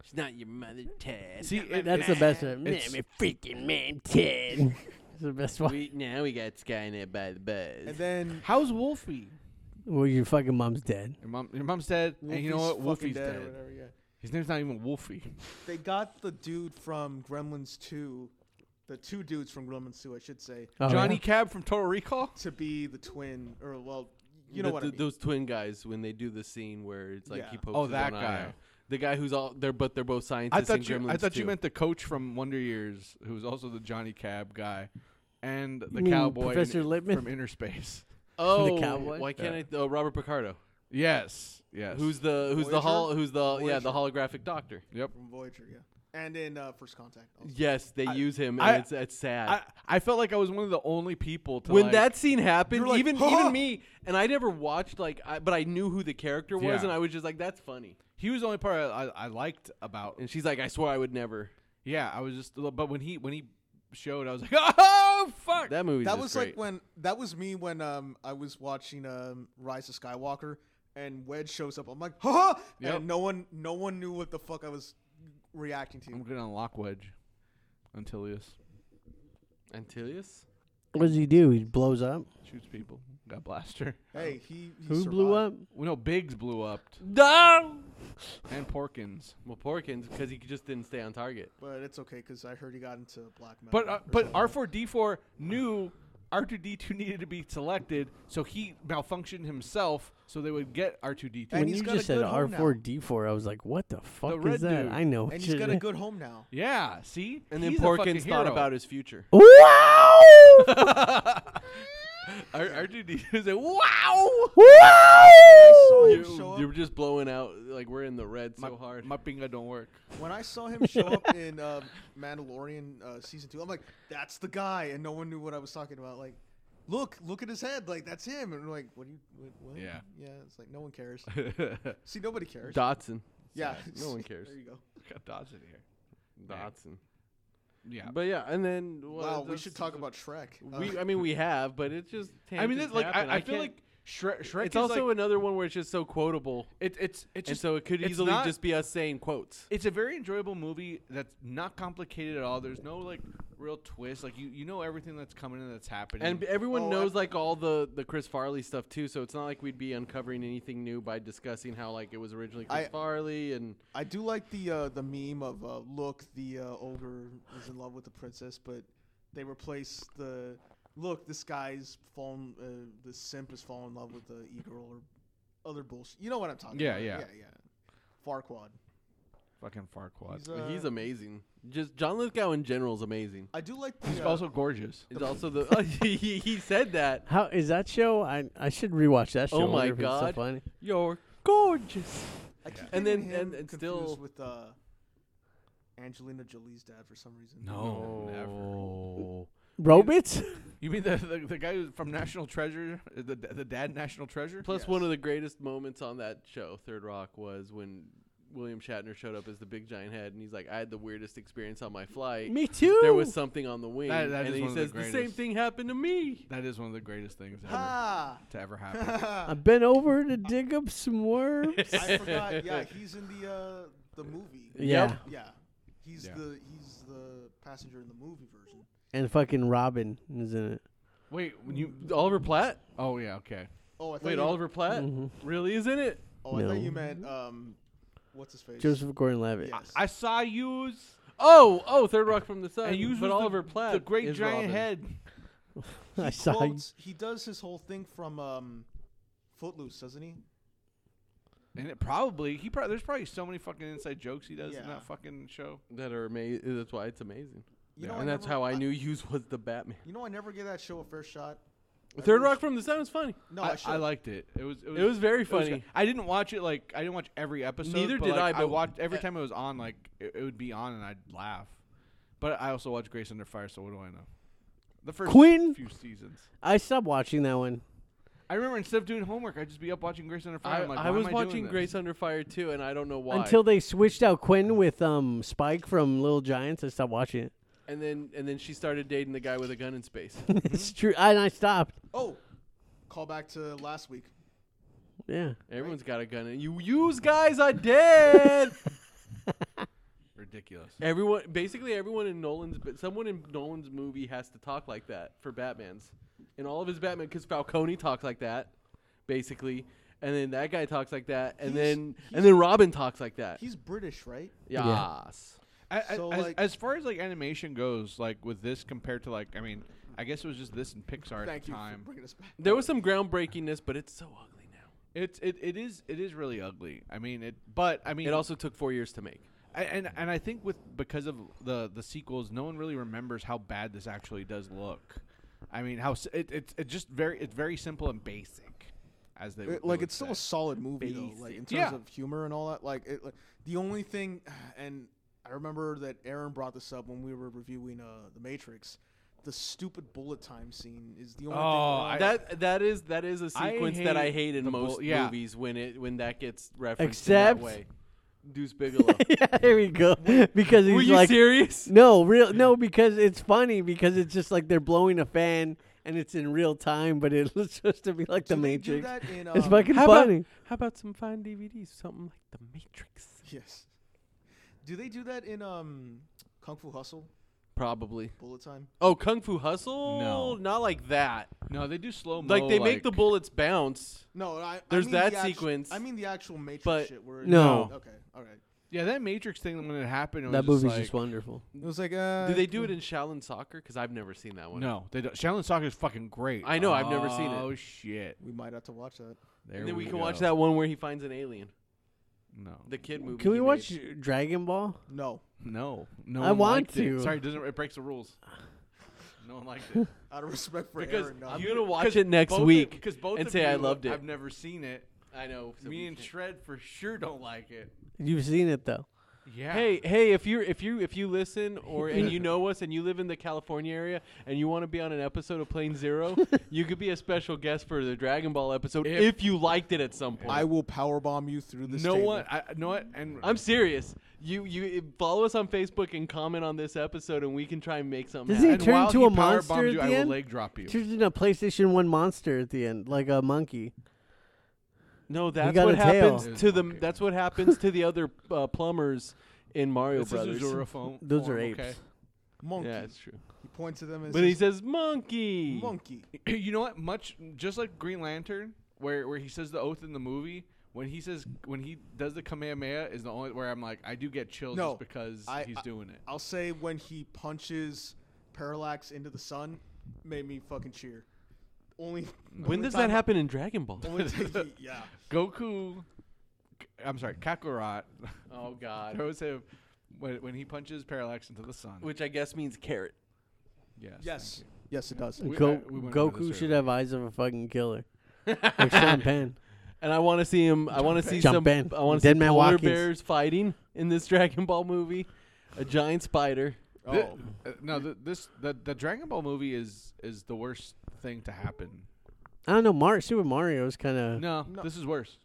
E: It's not your mother, Ted.
G: See, it-
H: That's the best one.
G: It's-
H: Man, me freaking man, ten. That's the best one.
E: [laughs] we, now we got Skynet by the
D: and
E: buzz.
D: then
G: How's Wolfie?
H: Well, your fucking mom's dead.
G: Your mom, your mom's dead, [laughs] and you know what?
D: Wolfie's
G: Wolfie's
D: fucking dead
G: dead.
D: or whatever, yeah.
G: His name's not even Wolfie.
D: They got the dude from Gremlins 2, the two dudes from Gremlins 2, I should say,
H: Oh,
G: Johnny
H: yeah.
G: Cab from Total Recall.
D: to be the twin, or, well, you know
E: The-
D: what
E: the-
D: I mean.
E: Those twin guys when they do the scene where it's like
D: Yeah.
E: he pokes.
G: Oh,
E: his
G: that
E: own eye
G: guy.
E: out. The guy who's all they're but they're both scientists.
G: I
E: in
G: thought you, I
E: Gremlins
G: thought
E: too.
G: you meant the coach from Wonder Years, who was also the Johnny Cab guy, and the
H: mean
G: cowboy in-
H: Professor Lippman?
G: from Inner Space. [laughs]
E: oh,
H: cowboy?
E: Why can't
G: Yeah.
E: I? Oh, Robert Picardo,
G: Yes, yes.
E: who's the who's the
D: Voyager?
E: hol- who's the yeah the holographic doctor.
G: yep?
D: From Voyager, yeah. And in uh, First Contact. Also.
E: Yes, they use him, and
G: I-
E: it's it's sad.
G: I, I felt like I was one of the only people to
E: when
G: like-
E: that scene happened,
D: You're like,
E: even
D: "Huh?"
E: even me, and I never watched like, I, but I knew who the character was,
G: Yeah.
E: and I was just like, "That's funny."
G: he was the only part I, I liked about.
E: And she's like, "I swear I would never."
G: Yeah, I was just. But when he when he showed, I was like, [laughs] oh fuck.
E: That movie.
D: That was
E: great.
D: like when, that was me when um, I was watching um, Rise of Skywalker, and Wedge shows up. I'm like, ha!
G: Yep.
D: And no one, no one knew what the fuck I was reacting to.
G: I'm gonna unlock Wedge, Antilius
E: Antilius.
H: What does he do? He blows up.
G: shoots people. Got blaster.
D: Hey, he, he
H: Who blew
D: survived.
H: up?
G: Well, no, Biggs blew up
E: No.
G: and Porkins.
E: Well, Porkins, because he just didn't stay on target.
D: But it's okay because I heard he got into black metal.
G: But uh, but R four D four knew R two D two needed to be selected, so he malfunctioned himself, so they would get R two D
D: And
H: when
G: two.
D: he's
H: you
D: got a
H: just said
D: good home now.
H: R4D4, I was like, what the fuck
G: red
H: is that?
G: dude.
H: I know.
D: and he's got a good home now.
G: Yeah, see,
E: And then Porkins thought about
G: it.
E: his future.
H: [laughs] Wow!
E: [laughs]
G: R two D [laughs] two is like, wow,
H: Wow!
D: Saw him show
E: You,
D: up-
E: you were just blowing out like we're in the red so
G: my,
E: hard.
G: my pinga don't work.
D: when I saw him show up in uh, Mandalorian uh, season two, I'm like, that's the guy, and no one knew what I was talking about. Like, look, look at his head, like that's him. And we're like, what do you? What, what?
G: Yeah.
D: yeah. It's like no one
G: [laughs]
D: cares. See, nobody cares.
E: Dotson.
D: yeah,
E: No
D: [laughs]
E: one cares.
D: there you go.
G: Got dodged in here.
E: Dotson.
G: Yeah,
E: But yeah, and then well,
D: Wow, we
E: that's-
D: should talk about Shrek. Uh,
E: We, I mean, we have, but it's
G: [laughs]
E: just.
G: I mean,
E: tangents
G: that's like
E: happen.
G: I, I feel
E: can't-
G: like Shre- Shrek.
E: it's
G: is
E: also
G: like,
E: another one where it's just so quotable.
G: it, it's
E: and
G: it's just
E: so it could
G: it's
E: easily
G: not-
E: just be us saying quotes.
G: It's a very enjoyable movie that's not complicated at all. There's no like real twist. Like you you know everything that's coming and that's happening.
E: And everyone
D: Oh, I-
E: knows like all the the Chris Farley stuff too, so it's not like we'd be uncovering anything new by discussing how like it was originally Chris
D: I-
E: Farley and
D: I do like the uh, the meme of uh, look the uh, ogre is in love with the princess, but they replace the look this guy's fallen uh, the simp has fallen in love with the e girl or other bullshit. You know what I'm talking
G: Yeah,
D: about?
G: yeah.
D: yeah, yeah. Farquad.
G: fucking Farquaad.
D: He's, uh,
E: he's amazing. Just John Lithgow in general is amazing.
D: I do like the,
G: He's
D: uh,
G: also gorgeous.
E: It's also the [laughs] he, he- he said that.
H: How is that show? I I should rewatch that
E: Oh
H: show. I wonder
E: my
H: if it's so
E: god,
H: funny.
E: you're gorgeous.
D: I keep
E: and
D: getting
E: then-
D: him
E: and- and
D: confused
E: still-
D: with uh, Angelina Jolie's dad for some reason.
E: never.
H: Robots?
G: [laughs] You mean the, the the guy who's from National Treasure, Uh, the the dad National Treasure?
E: Plus, one of the greatest moments on that show, Third Rock, was when William Shatner showed up as the big giant head, and he's like, "I had the weirdest experience on my flight.
H: Me too.
E: There was something on the wing,
G: That- that
E: and
G: is
E: he
G: one of the
E: says the, same
G: greatest.
E: thing happened to me."
G: that is one of the greatest things ever
E: [laughs]
D: Ah,
G: to
D: [laughs]
G: ever happen.
H: I've been over to dig up some worms.
D: I forgot. Yeah, he's in the uh, the movie.
H: Yeah.
D: Yeah. He's
G: Yeah.
D: the he's the passenger in the movie version.
H: And fucking Robin is in it.
G: Wait, when you?
E: Oliver Platt.
G: Oh yeah, okay.
D: Oh, I thought
E: Wait,
D: you,
E: Oliver Platt
G: Mm-hmm.
E: really is in it.
D: Oh, I thought
H: No.
D: you meant um, what's his face?
H: Joseph Gordon-Levitt.
D: Yes.
G: I saw yous.
E: Oh, oh, Third Rock from the Sun.
G: And yous
E: but
G: was the-
E: Oliver Platt,
G: the great
E: is
G: giant
E: Robin.
G: head.
H: [laughs] I saw you.
D: Quotes- He does his whole thing from um, Footloose, doesn't he?
G: And it probably he probably there's probably so many fucking inside jokes he does in
D: Yeah.
G: that fucking show.
E: That are amazing. That's why it's amazing.
D: You know,
E: and
D: I
E: that's
D: never-
E: how I knew Hughes was the Batman.
D: You know, I never give that show a fair shot.
E: Third Rock from the Sun was funny.
D: No, I,
G: I,
D: should.
G: I liked it. It was it was,
E: very
G: good.
E: funny.
G: I didn't watch it like I didn't watch every episode.
E: Neither
G: but,
E: did
G: like,
E: I,
G: I
E: but-
G: watched every time it was on. Like it, it would be on and I'd laugh. But I also watched Grace Under Fire, so what do I know? The first
H: Quinn?
G: few seasons.
H: I stopped watching that one.
G: I remember instead of doing homework, I'd just be up watching Grace Under Fire.
E: I,
G: I'm like,
E: I
G: why am
E: was
G: doing
E: watching
G: this?
E: Grace Under Fire too, and I don't know why.
H: Until they switched out Quinn with um Spike from Little Giants, I stopped watching it. [laughs]
E: and then and then she started dating the guy with a gun in space.
H: it's true, and I stopped.
D: oh, call back to last week.
H: Yeah, [laughs]
E: Everyone's got a gun, and you use guys are dead.
G: Ridiculous.
E: everyone, basically everyone in Nolan's, but someone in Nolan's movie has to talk like that for Batman's, in all of his Batman, because Falcone talks like that, basically, and then that guy talks like that, and
D: He's-
E: then
D: he's-
E: and then Robin talks like that.
D: He's British, right?
E: Yes.
H: Yeah.
G: I- I-
D: So,
G: as,
D: like-
G: as far as like animation goes, like with this compared to like, I mean, I guess it was just this and Pixar at
D: Thank
G: the
D: you
G: time.
D: for bringing us back.
E: There was some groundbreakingness, but it's so ugly now.
G: It's it, it is it is really ugly. I mean it, but I mean
E: It also took four years to make.
G: I, and and I think with because of the the sequels, no one really remembers how bad this actually does look. I mean, how s- it, it's it's just very it's very simple and basic, as they
D: It-
G: w- they
D: like
G: would
D: it's still a
G: say.
D: solid movie though, like in terms
G: Yeah.
D: of humor and all that. Like it, like, the only thing, [sighs] and I remember that Aaron brought this up when we were reviewing uh, the Matrix. The stupid bullet time scene is the only. thing
G: Oh,
D: wrong.
G: I-
E: that that is that is a
G: I
E: sequence that I
G: hate
E: hate in
G: the bull-
E: most
G: yeah.
E: movies when it when that gets referenced
H: Except-
E: in that way. Deuce Bigelow.
H: yeah. There we go. Because he's
E: Were you
H: like,
E: serious?
H: no, real, no, because it's funny because it's just like they're blowing a fan and it's in real time, but it [laughs] looks supposed to be like the
D: Do they do
H: Matrix.
D: that in,
H: it's
D: um,
H: fucking
E: How
H: funny.
E: about how about some fine DVDs? Something like The Matrix.
D: Yes. Do they do that in um, Kung Fu Hustle?
E: Probably.
D: Bullet time.
E: Oh, Kung Fu Hustle?
G: No.
E: not like that.
G: no, they do slow mo.
E: like they make the bullets bounce.
D: No, I. I
E: There's
D: mean the
E: that
D: actu-
E: sequence,
D: I mean the actual Matrix
E: but
D: shit. Where
H: No.
D: Okay. All right.
G: yeah that Matrix thing when it happened. It
H: That
G: was
H: movie's
G: like,
H: just wonderful.
D: It was like. Uh,
E: Do they do it in Shaolin Soccer? Because I've never seen that one.
G: No, they don't. Shaolin Soccer is fucking great.
E: I know, I've never seen it.
G: Oh shit!
D: We might have to watch that.
G: There
E: And then we, can
G: go.
E: watch that one where he finds an alien.
G: No,
E: The kid movie.
H: Can
E: he
H: we
E: made.
H: watch Dragon Ball?
D: No,
G: no, no.
H: I
G: one
H: want
G: liked it.
H: to.
G: Sorry, it doesn't. It breaks the rules. No one liked it.
D: out of [laughs] respect for
G: Because
D: Aaron. No.
E: I'm
G: you-
E: gonna watch
G: 'cause
E: it [laughs] next
G: both of-
E: week
G: 'cause both
E: and
G: of
E: say I
G: you
E: loved it.
G: I've never seen it.
E: I know. so
G: Me
E: we
G: and
E: can't-
G: Shred for sure don't like it.
H: You've seen it though.
G: Yeah.
E: Hey, hey, if you are if you if you listen or and you know us and you live in the California area and you want to be on an episode of Plane Zero, you could be a special guest for the Dragon Ball episode if,
G: If-
E: you liked it at some point.
D: I will powerbomb you through this.
G: no
D: table.
G: one. I know what? And
E: I'm serious. You you follow us on Facebook and comment on this episode and we can try and make something
H: Doesn't
E: happen.
H: he
G: and
H: turn into
G: while he
H: a
G: powerbombs
H: monster
G: you,
H: at
G: I
H: the
G: will
H: end?
G: leg drop you.
H: Turns into a PlayStation One monster at the end, like a monkey.
E: No, that's
H: got
E: what
H: a tail.
E: happens to the that's what happens to the other uh, plumbers in Mario
G: This
E: Brothers.
G: is Azura phone.
H: Those
G: form,
H: are apes.
G: okay?
D: monkey.
E: Yeah, it's true.
D: He points at them and
E: But he
D: says,
E: says monkey.
D: "Monkey."
G: [clears throat] you know what? Much just like Green Lantern, where where he says the oath in the movie. When he says when he does the Kamehameha is the only where I'm like I do get chills
D: No,
G: just because
D: I-
G: he's
D: I-
G: doing it.
D: I'll say when he punches Parallax into the sun, made me fucking cheer. Only.
E: When
D: only
E: does that
D: time-
E: happen in Dragon Ball?
D: only time- yeah.
G: [laughs] Goku, I'm
D: [laughs]
G: sorry, Kakarot
E: Oh god.
G: [laughs] throws him when, when he punches Parallax into the sun.
E: Which I guess means carrot.
G: yes,
D: Yes. Yes, it does.
G: We-
H: Go-
G: I- we went over this
H: Goku should
G: earlier.
H: have eyes of a fucking killer, like Sean Penn.
E: And I want to see him. I want to see
H: Jump
E: some.
H: in.
E: I want to see
H: Dead Man
E: polar
H: Walkings.
E: bears fighting in this [laughs] Dragon Ball movie. A giant spider.
G: Thi-
D: Oh.
G: uh, no, th- this the the Dragon Ball movie is is the worst thing to happen.
H: I don't know. Mar- Super Mario is kind of
G: No,
D: No. Hmm.
G: this is worse.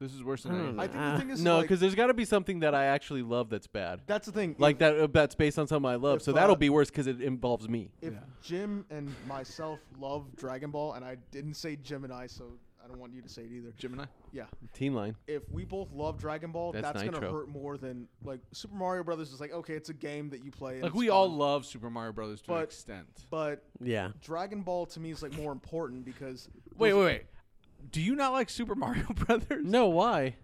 G: This is worse than
H: I
G: that.
H: don't know.
D: I think
H: Ah.
D: the thing is
E: No,
D: like,
E: because there's got to be something that I actually love that's bad.
D: that's the thing.
E: Like that. Uh, that's based on something I love.
D: if,
E: so that'll
D: uh,
E: be worse because it involves me.
D: If Jim and myself love Dragon Ball, and I didn't say Gemini, so I don't want you to say it either.
G: Gemini.
D: Yeah.
E: Teen line.
D: If we both love Dragon Ball,
E: That's
D: that's, gonna
E: Nitro.
D: hurt more than like Super Mario Brothers is like okay, it's a game that you play. and
G: Like
D: it's
G: we all
D: fun,
G: love Super Mario Brothers to an
D: But-
G: extent.
D: but
H: yeah.
D: Dragon Ball to me is like more important because
G: [laughs] Wait, wait, wait. Do you not like Super Mario Brothers?
E: No, why?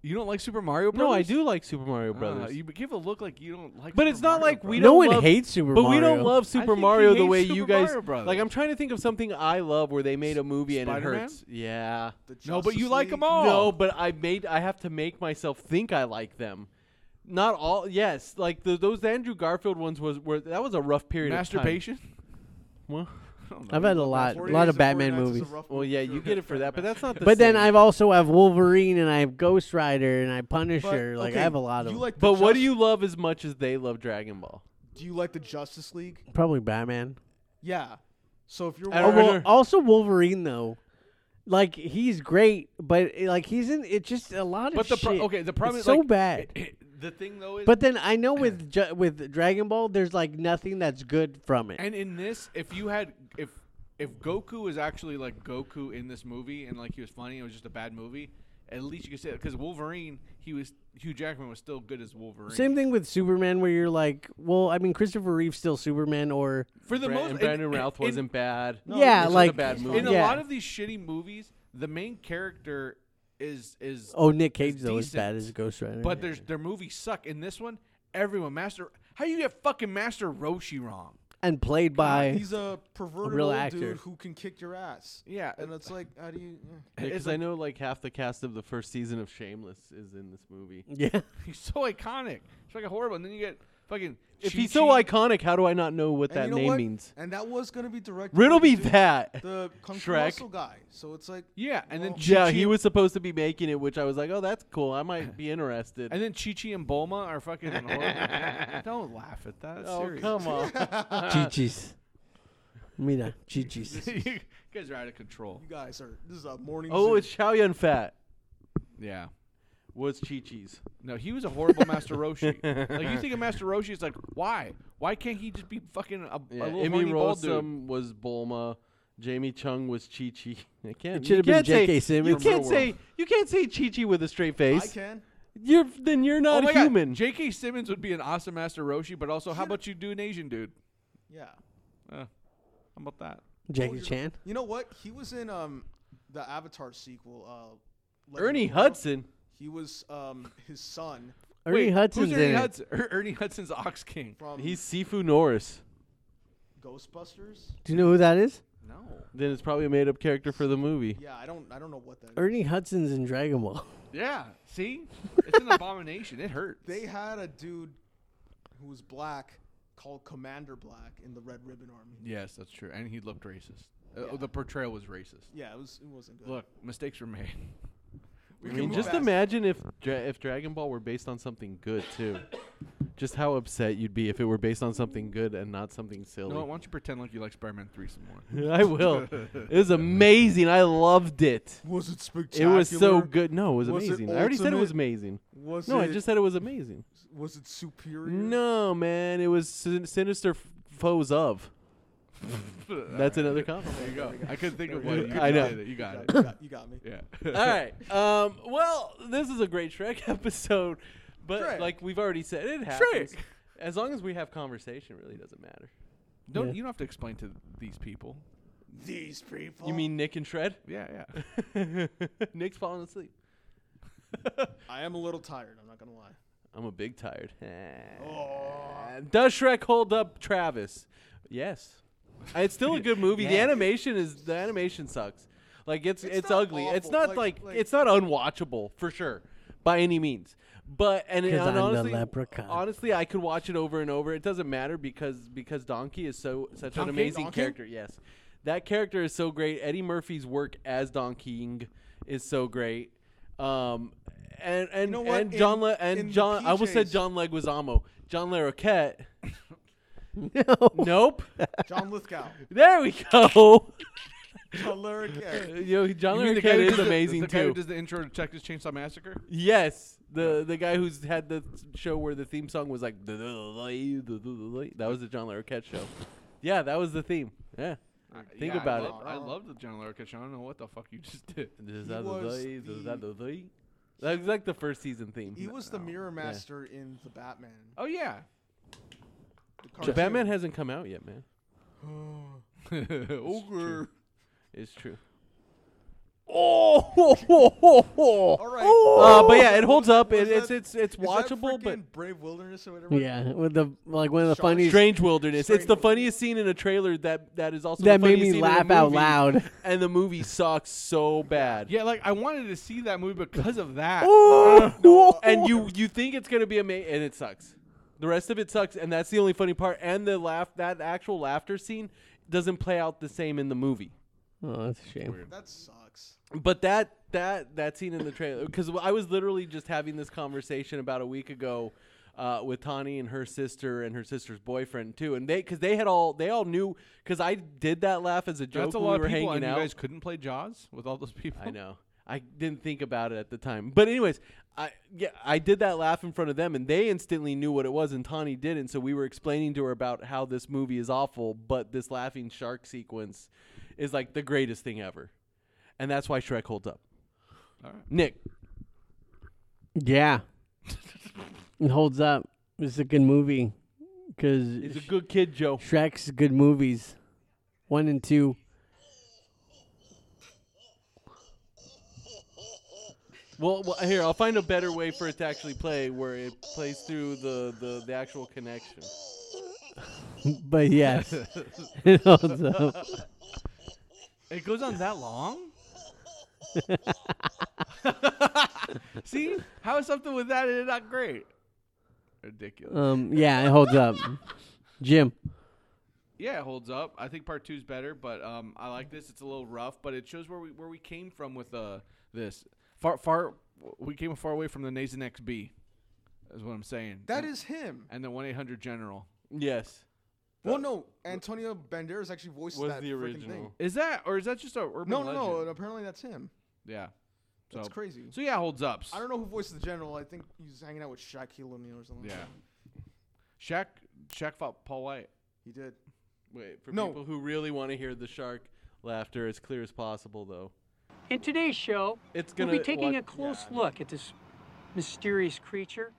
G: You don't like Super Mario Bros.
E: No, I do like Super Mario
G: Ah,
E: Brothers.
G: you give a look like you don't like.
E: But
G: Super
E: it's not
G: Mario
E: like
G: Bros.
E: we
H: no
E: don't
H: one
E: love-
H: hates Super
E: but we
H: Mario.
E: don't love
G: think
E: Super
G: he
E: Mario the
G: hates
E: way
G: Super
E: you guys.
G: Mario Brothers.
E: like I'm trying to think of something I love where they made a movie and
G: Spider-Man?
E: it hurts. Yeah.
D: The
G: No, but you
D: Justice
G: like 'em
D: League-
G: all.
E: No, but I made I have to make myself think I like them. Not all. Yes, like the, those Andrew Garfield ones was were that was a rough period
G: masturbation.
E: of
G: [laughs]
E: time. Well,
H: I've had a lot, a
D: 40
H: lot
D: Days
H: of
D: and
H: Batman
D: 49 's is a
H: movies.
D: rough
E: well,
D: movie,
E: yeah,
D: sure.
E: you get it for that, but that's not the
H: But then
E: same.
H: I've also have Wolverine and I have Ghost Rider and I have Punisher.
D: But,
H: like
D: okay,
H: I have a lot of
D: You like the
E: But what do
D: Jus-
E: you love as much as they love Dragon Ball?
D: do? You like the Justice League?
H: probably Batman.
D: Yeah. So if you're
E: I
H: Oh,
E: don't
D: watching-
H: well,
E: know.
H: also Wolverine though. Like he's great, but eh, like he's in it's just a lot of
G: But the
H: shit.
G: pro- okay, the problem
H: It's
G: is
H: so
G: like,
H: bad.
G: the thing though is,
H: But then I know with Ju- with Dragon Ball, there's like nothing that's good from it.
G: and in this, if you had if if Goku is actually like Goku in this movie and like he was funny, it was just a bad movie. At least you could say because Wolverine, he was Hugh Jackman was still good as Wolverine.
H: Same thing with Superman, where you're like, well, I mean, Christopher Reeve's still Superman, or
G: for the
E: Bra-
G: most
E: and Brandon
G: in-
E: Routh
G: in-
E: wasn't bad.
H: yeah,
E: It's not
H: like
E: a bad movie.
G: in a
H: yeah.
G: lot of these shitty movies, the main character is is
H: oh, Nick Cage
G: is
H: though is bad
G: decent,
H: as Ghost Rider,
G: but there's their movies suck. In this one, everyone Master how you get fucking Master Roshi wrong? [laughs]
H: and played by
D: he's a perverted
H: real
D: old
H: actor.
D: dude who can kick your ass.
G: Yeah,
D: And it's like, how do you?
E: Because
G: it's
E: I
G: like-
E: know like half the cast of the first season of Shameless is in this movie.
H: [laughs] yeah,
G: he's so iconic. It's fucking horrible. And then you get fucking
E: If
G: Chi-Chi.
E: he's so iconic, how do I not know what
D: And
E: that
D: you know
E: name
D: what?
E: means?
D: And that was gonna be directed. by
E: Riddle
D: the
E: me
D: dude-
E: that.
D: The Kung Fu
E: Shrek.
D: Muscle guy. So it's like,
G: yeah, and then
D: Well-
E: [laughs] yeah,
G: Chi-Chi-
E: he was supposed to be making it, which I was like, oh, that's cool. I might be
G: [laughs]
E: interested.
G: And then Chi Chi and Bulma
E: [laughs]
G: are fucking horrible. Don't laugh at that. It's
E: oh,
G: serious. [laughs]
E: come on.
H: Chichis. Mira, Chichis.
G: you guys are out of control.
D: you guys are. This is a morning.
E: oh,
D: zoo.
E: it's Chow Yun Fat.
G: Yeah.
E: Was Chi Chi's.
G: No, he was a horrible Master Roshi. Like you think of Master Roshi, it's like why? Why can't he just be fucking a, a
E: Yeah,
G: little
E: Emmy
G: horny bald dude?
E: Rossum was Bulma. Jamie Chung was Chi Chi. [laughs] I can't.
H: It
E: you
H: should have been
E: can't say-
H: J.K. Simmons.
E: You can't say you can't say Chi Chi with a straight
D: I
E: face.
D: can.
E: You're then you're
G: Oh
E: not
G: my
E: human.
G: God. J.K. Simmons would be an awesome Master Roshi, but also, how about you do an Asian dude?
D: Yeah.
G: How about that?
H: Jackie Chan.
D: You know what? He was in um the Avatar sequel. Uh, Legend
E: Ernie
D: of Korra.
E: Hudson.
D: He was um his son
H: Ernie
G: Wait,
H: Hudson's
G: Who's Ernie
H: in it.
G: Hudson? [laughs] Er- Ernie Hudson's Ox King.
D: from
E: He's Sifu Norris.
D: Ghostbusters.
H: Do you know who that is?
G: No.
E: Then it's probably a made up character for the movie.
D: Yeah, I don't. I don't know what that. Is.
H: Ernie Hudson's in Dragon Ball. [laughs]
G: Yeah. See, [laughs] it's an abomination. It hurts.
D: They had a dude who was black called Commander Black in the Red Ribbon Army.
G: Yes, that's true. And he looked racist. Uh, the portrayal was racist.
D: Yeah, it was. It wasn't good.
G: Look, mistakes were [laughs] made.
D: we
E: I
D: can
E: mean,
D: move
E: just
D: past-
E: imagine if dra- if Dragon Ball were based on something good too. [coughs] Just how upset you'd be if it were based on something good and not something
G: You
E: silly.
G: know what? Why don't you pretend like you like Spider-Man Three some more?
E: [laughs] I
D: [laughs]
E: will. It was amazing. I loved it.
D: Was it
E: It
D: spectacular?
E: was so good. No, it was
D: Was it
E: amazing. I already said it was
D: ultimate?
E: amazing.
D: Was
E: No,
D: it,
E: I just said it was amazing.
D: was it superior?
E: No, man, it was sin- sinister F- foes
D: [laughs]
E: of. That's another comment.
G: There you go. I couldn't think of one. You
E: I know.
G: did it. You got
D: You
G: it. Uh,
D: got, you got me.
G: [laughs] Yeah.
E: All right. Um, well, this is a great Shrek [laughs] episode, but
D: Shrek.
E: like we've already said, it happens. As long as we have conversation, it really doesn't matter.
G: Don't
H: Yeah.
G: you don't have to explain to these people.
D: [laughs] These people.
E: You mean Nick and Shred? [laughs]
G: Yeah, yeah.
E: Nick's falling asleep.
D: I am a little tired. I'm not gonna lie.
E: I'm a big tired. Does Shrek hold up, Travis? Yes. It's still a good movie.
D: [laughs]
E: The animation is the animation sucks. Like it's
D: It's
E: it's,
D: not
E: ugly. It's
D: awful.
E: not
D: Like-
E: like,
D: like-
E: it's not unwatchable for sure by any means. But and,
H: 'Cause I'm
E: and
H: the
E: honestly,
H: leprechaun.
E: honestly, I could watch it over and over. It doesn't matter because because Donkey is so such
G: Donkey?
E: an amazing
G: Donkey?
E: character. Yes, that character is so great. Eddie Murphy's work as Don King is so great. Um, and and,
D: know what?
E: and John
D: In-
E: Le-
D: in
E: and
D: the
E: John I almost said
D: PJs.
E: John Leguizamo, John Larroquette.
D: [laughs]
H: No.
E: nope.
D: John Lithgow.
E: There we
D: [laughs]
E: go. [laughs]
D: John Larroquette.
E: Yo, John
G: You mean the guy
E: Larroquette
G: who
E: is
G: does [laughs] the-
E: amazing
G: the guy
E: too.
G: who does the intro to Texas Chainsaw Massacre?
E: yes, the the guy who's had the show where the theme song was like [laughs] that was the John Larroquette show. Yeah, that was the theme. Yeah. Think
G: Yeah,
E: about
G: I
E: it.
G: love, I love the John Larroquette show. I don't know what the fuck you [laughs] just did.
D: was
E: That was like the first season theme.
D: He was the mirror master in the Batman.
G: Oh yeah.
D: The
H: Oh,
E: The
D: cartoon.
E: Batman hasn't come out yet, man.
D: [gasps]
E: [laughs]
G: Ogre.
E: It's true. Oh, ho, ho, ho,
D: [laughs]
E: ho.
D: All right.
E: Uh, but yeah, it holds up. It,
D: Oh! Was
E: it's
D: that-
E: it's it's
D: Is that
E: watchable, but
D: freaking Brave Wilderness or whatever.
H: Yeah, with the like one of the
D: Shark-
H: funniest
E: Strange Wilderness. It's the
D: Strange
E: funniest scene in a trailer that that is also the
H: that made
E: funniest
H: me
E: scene in the
H: laugh out
E: movie,
H: loud.
E: [laughs] And the movie sucks so bad.
G: Yeah, like I wanted to see that movie because of that.
D: Oh.
E: and you you think it's gonna be amazing, and it sucks. The rest of it sucks, and that's the only funny part. And the laugh, that actual laughter scene, doesn't play out the same in the movie.
H: Oh, that's a shame.
D: That sucks.
E: But that that that scene in the trailer, because I was literally just having this conversation about a week ago uh, with Tani and her sister and her sister's boyfriend too, and they because they had all they all knew because I did that laugh as a joke
G: That's a
E: when
G: lot
E: we were
G: of people,
E: hanging
G: and
E: out.
G: you guys couldn't play Jaws with all those [laughs] people.
E: I know. I didn't think about it at the time. But anyways, I yeah, I did that laugh in front of them and they instantly knew what it was and Tawny didn't, so we were explaining to her about how this movie is awful, but this laughing shark sequence is like the greatest thing ever. And that's why Shrek holds up. Nick,
G: [laughs]
H: Yeah, it holds up. It's a good movie because
E: he's a good kid, Joe.
H: Shrek's good movies, one and two.
E: Well, well, here I'll find a better way for it to actually play, where it plays through the the, the actual connection.
G: [laughs]
H: But yes, it holds up.
G: It goes on that long. see how is something with that is not great. Ridiculous.
H: Um, yeah, it holds up. Jim,
G: yeah, it holds up. I think part two's better, but um, I like this. It's a little rough, but it shows where we where we came from with uh this far far. We came far away from the Nason XB, is what I'm saying.
D: That
G: And-
D: is him.
G: and the one eight hundred general.
E: Yes,
D: Well, no, Antonio Banderas actually voices
E: was
D: that
E: the
D: freaking
E: original.
D: thing.
G: Is that or is that just a urban
D: No, no, no.
G: legend?
D: and Apparently that's him.
G: Yeah. So,
D: That's crazy.
G: So yeah, holds up.
D: I don't know who voiced the general. I think he's hanging out with Shaquille O'Neal or something.
G: Yeah. Shaq Shaq fought Paul White.
D: he did.
E: Wait, for
D: No.
E: people who really want to hear the shark laughter as clear as possible, though.
I: In today's show,
E: It's
I: we'll
E: gonna
I: be taking
E: what-
I: a close look at this mysterious creature.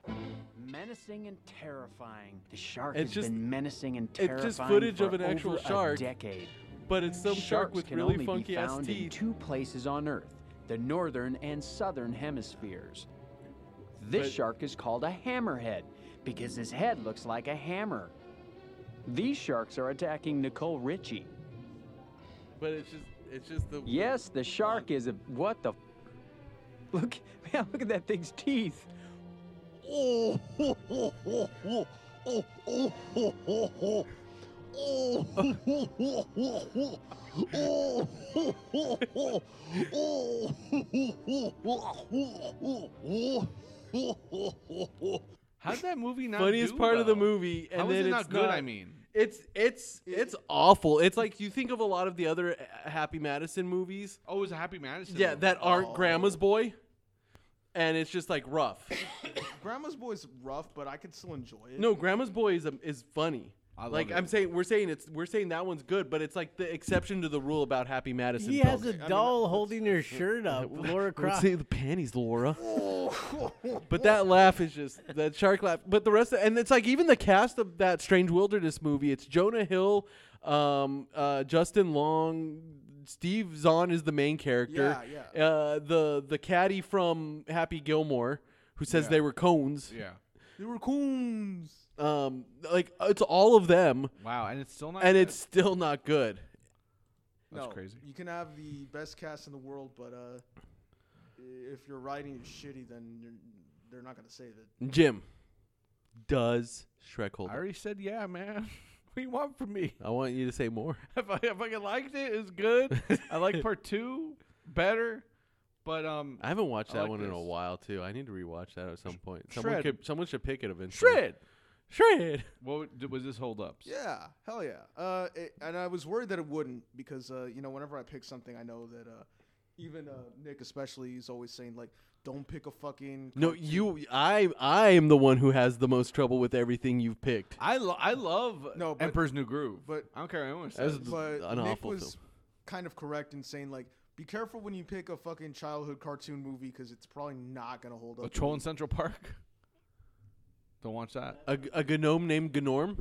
I: Menacing and terrifying. The shark
E: It's
I: has
E: just-
I: been menacing and
E: it's
I: terrifying
E: just footage
I: for
E: of an actual
I: over a
E: shark.
I: decade.
E: But it's some shark
I: Sharks
E: with
I: can
E: really
I: only
E: funky
I: be
E: ass
I: found in
E: teeth.
I: two places on Earth: the northern and southern hemispheres. This
E: But-
I: shark is called a hammerhead because his head looks like a hammer. These sharks are attacking Nicole Richie.
E: But it's just, it's just the
I: Yes, the shark is a what the. f- Look, [laughs] man, look at that thing's teeth.
G: How's that movie not
E: funniest
G: do
E: part of the
G: well?
E: movie, and
G: How is
E: then
G: it
E: it's
G: not good? I mean,
E: it's it's it's awful. It's like you think of a lot of the other uh, Happy Madison movies,
G: oh, it was a Happy Madison.
E: yeah,
G: movie.
E: that aren't Grandma's Boy, and it's just like rough.
D: Grandma's boy's rough, but I could still enjoy it.
E: No, Grandma's Boy is um, is funny.
G: I love
E: like
G: it.
E: I'm saying, we're saying it's we're saying that one's good, but it's like the exception to the rule about Happy Madison.
H: he
E: films.
H: has a doll holding
G: [laughs]
H: her shirt up. Laura
E: Let's
H: Croft.
E: see the panties, Laura. [laughs] but that laugh is just that shark laugh. But the rest, of, and it's like even the cast of that Strange Wilderness movie. It's Jonah Hill, um, uh, Justin Long, Steve Zahn is the main character.
D: Yeah,
E: yeah. Uh, the the caddy from Happy Gilmore who says they were cones.
G: yeah.
D: They were coons.
E: Um, like it's all of them,
G: Wow, and it's still not.
E: and
G: good.
E: it's still not good.
G: That's
D: no,
G: crazy.
D: You can have the best cast in the world, but uh, i- if your writing is shitty, then you're, they're not gonna save it.
E: Jim, does Shrek hold?
G: I
E: up?
G: already said yeah, man. [laughs] what do you want from me? [laughs]
E: I want you to say more.
G: If I if I liked it, it's good. I like part two better, but um,
E: I haven't watched
G: I
E: that
G: like
E: one in a
G: this.
E: while too. I need to rewatch that at some point. Someone
G: Shred.
E: could, someone should pick it eventually.
G: shred.
E: shred.
G: What did- was this hold up?
D: Yeah, hell yeah. Uh, it, and I was worried that it wouldn't because uh, you know, whenever I pick something, I know that uh, even uh, Nick, especially, he's always saying like, "Don't pick a fucking."
E: [laughs] No, you. I. I am the one who has the most trouble with everything you've picked.
G: I lo- I love
D: No, but-
G: Emperor's New Groove,
D: but-
G: I don't care what anyone
E: That was
G: says.
D: But
E: an
D: Nick
E: awful
D: was
E: film.
D: kind of correct in saying like, "Be careful when you pick a fucking childhood cartoon movie because it's probably not gonna hold up."
G: A troll in Central Park. [laughs] Don't watch that.
D: [laughs]
E: A, a gnome named Gnorm.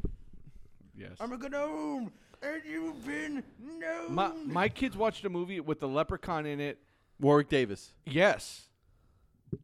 G: Yes.
D: I'm a gnome, and you've been no.
G: My my kids watched a movie with the leprechaun in it
E: Warwick Davis.
G: Yes,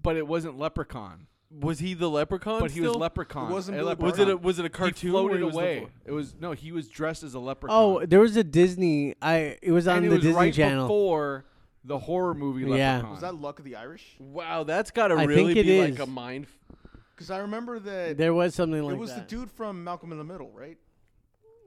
G: but it wasn't Leprechaun.
E: Was he the leprechaun?
G: But he was
E: still?
G: Leprechaun.
D: It wasn't
G: a
D: Billy
G: leprechaun.
E: Was it a, was it a cartoon?
G: He floated
E: where was the
G: away.
E: flo-
G: It was no. He was dressed as a leprechaun.
H: Oh, there was a Disney. I it was on
G: and it
H: the
G: was
H: Disney
G: right
H: Channel.
G: before the horror movie
H: Yeah.
G: Leprechaun.
D: Was that Luck of the Irish?
E: Wow, that's got to
H: I
E: really
H: think it
E: be
H: is.
E: like a mind. f-
D: Because I remember that
H: there was something like
D: it was
H: that,
D: the dude from Malcolm in the Middle, right?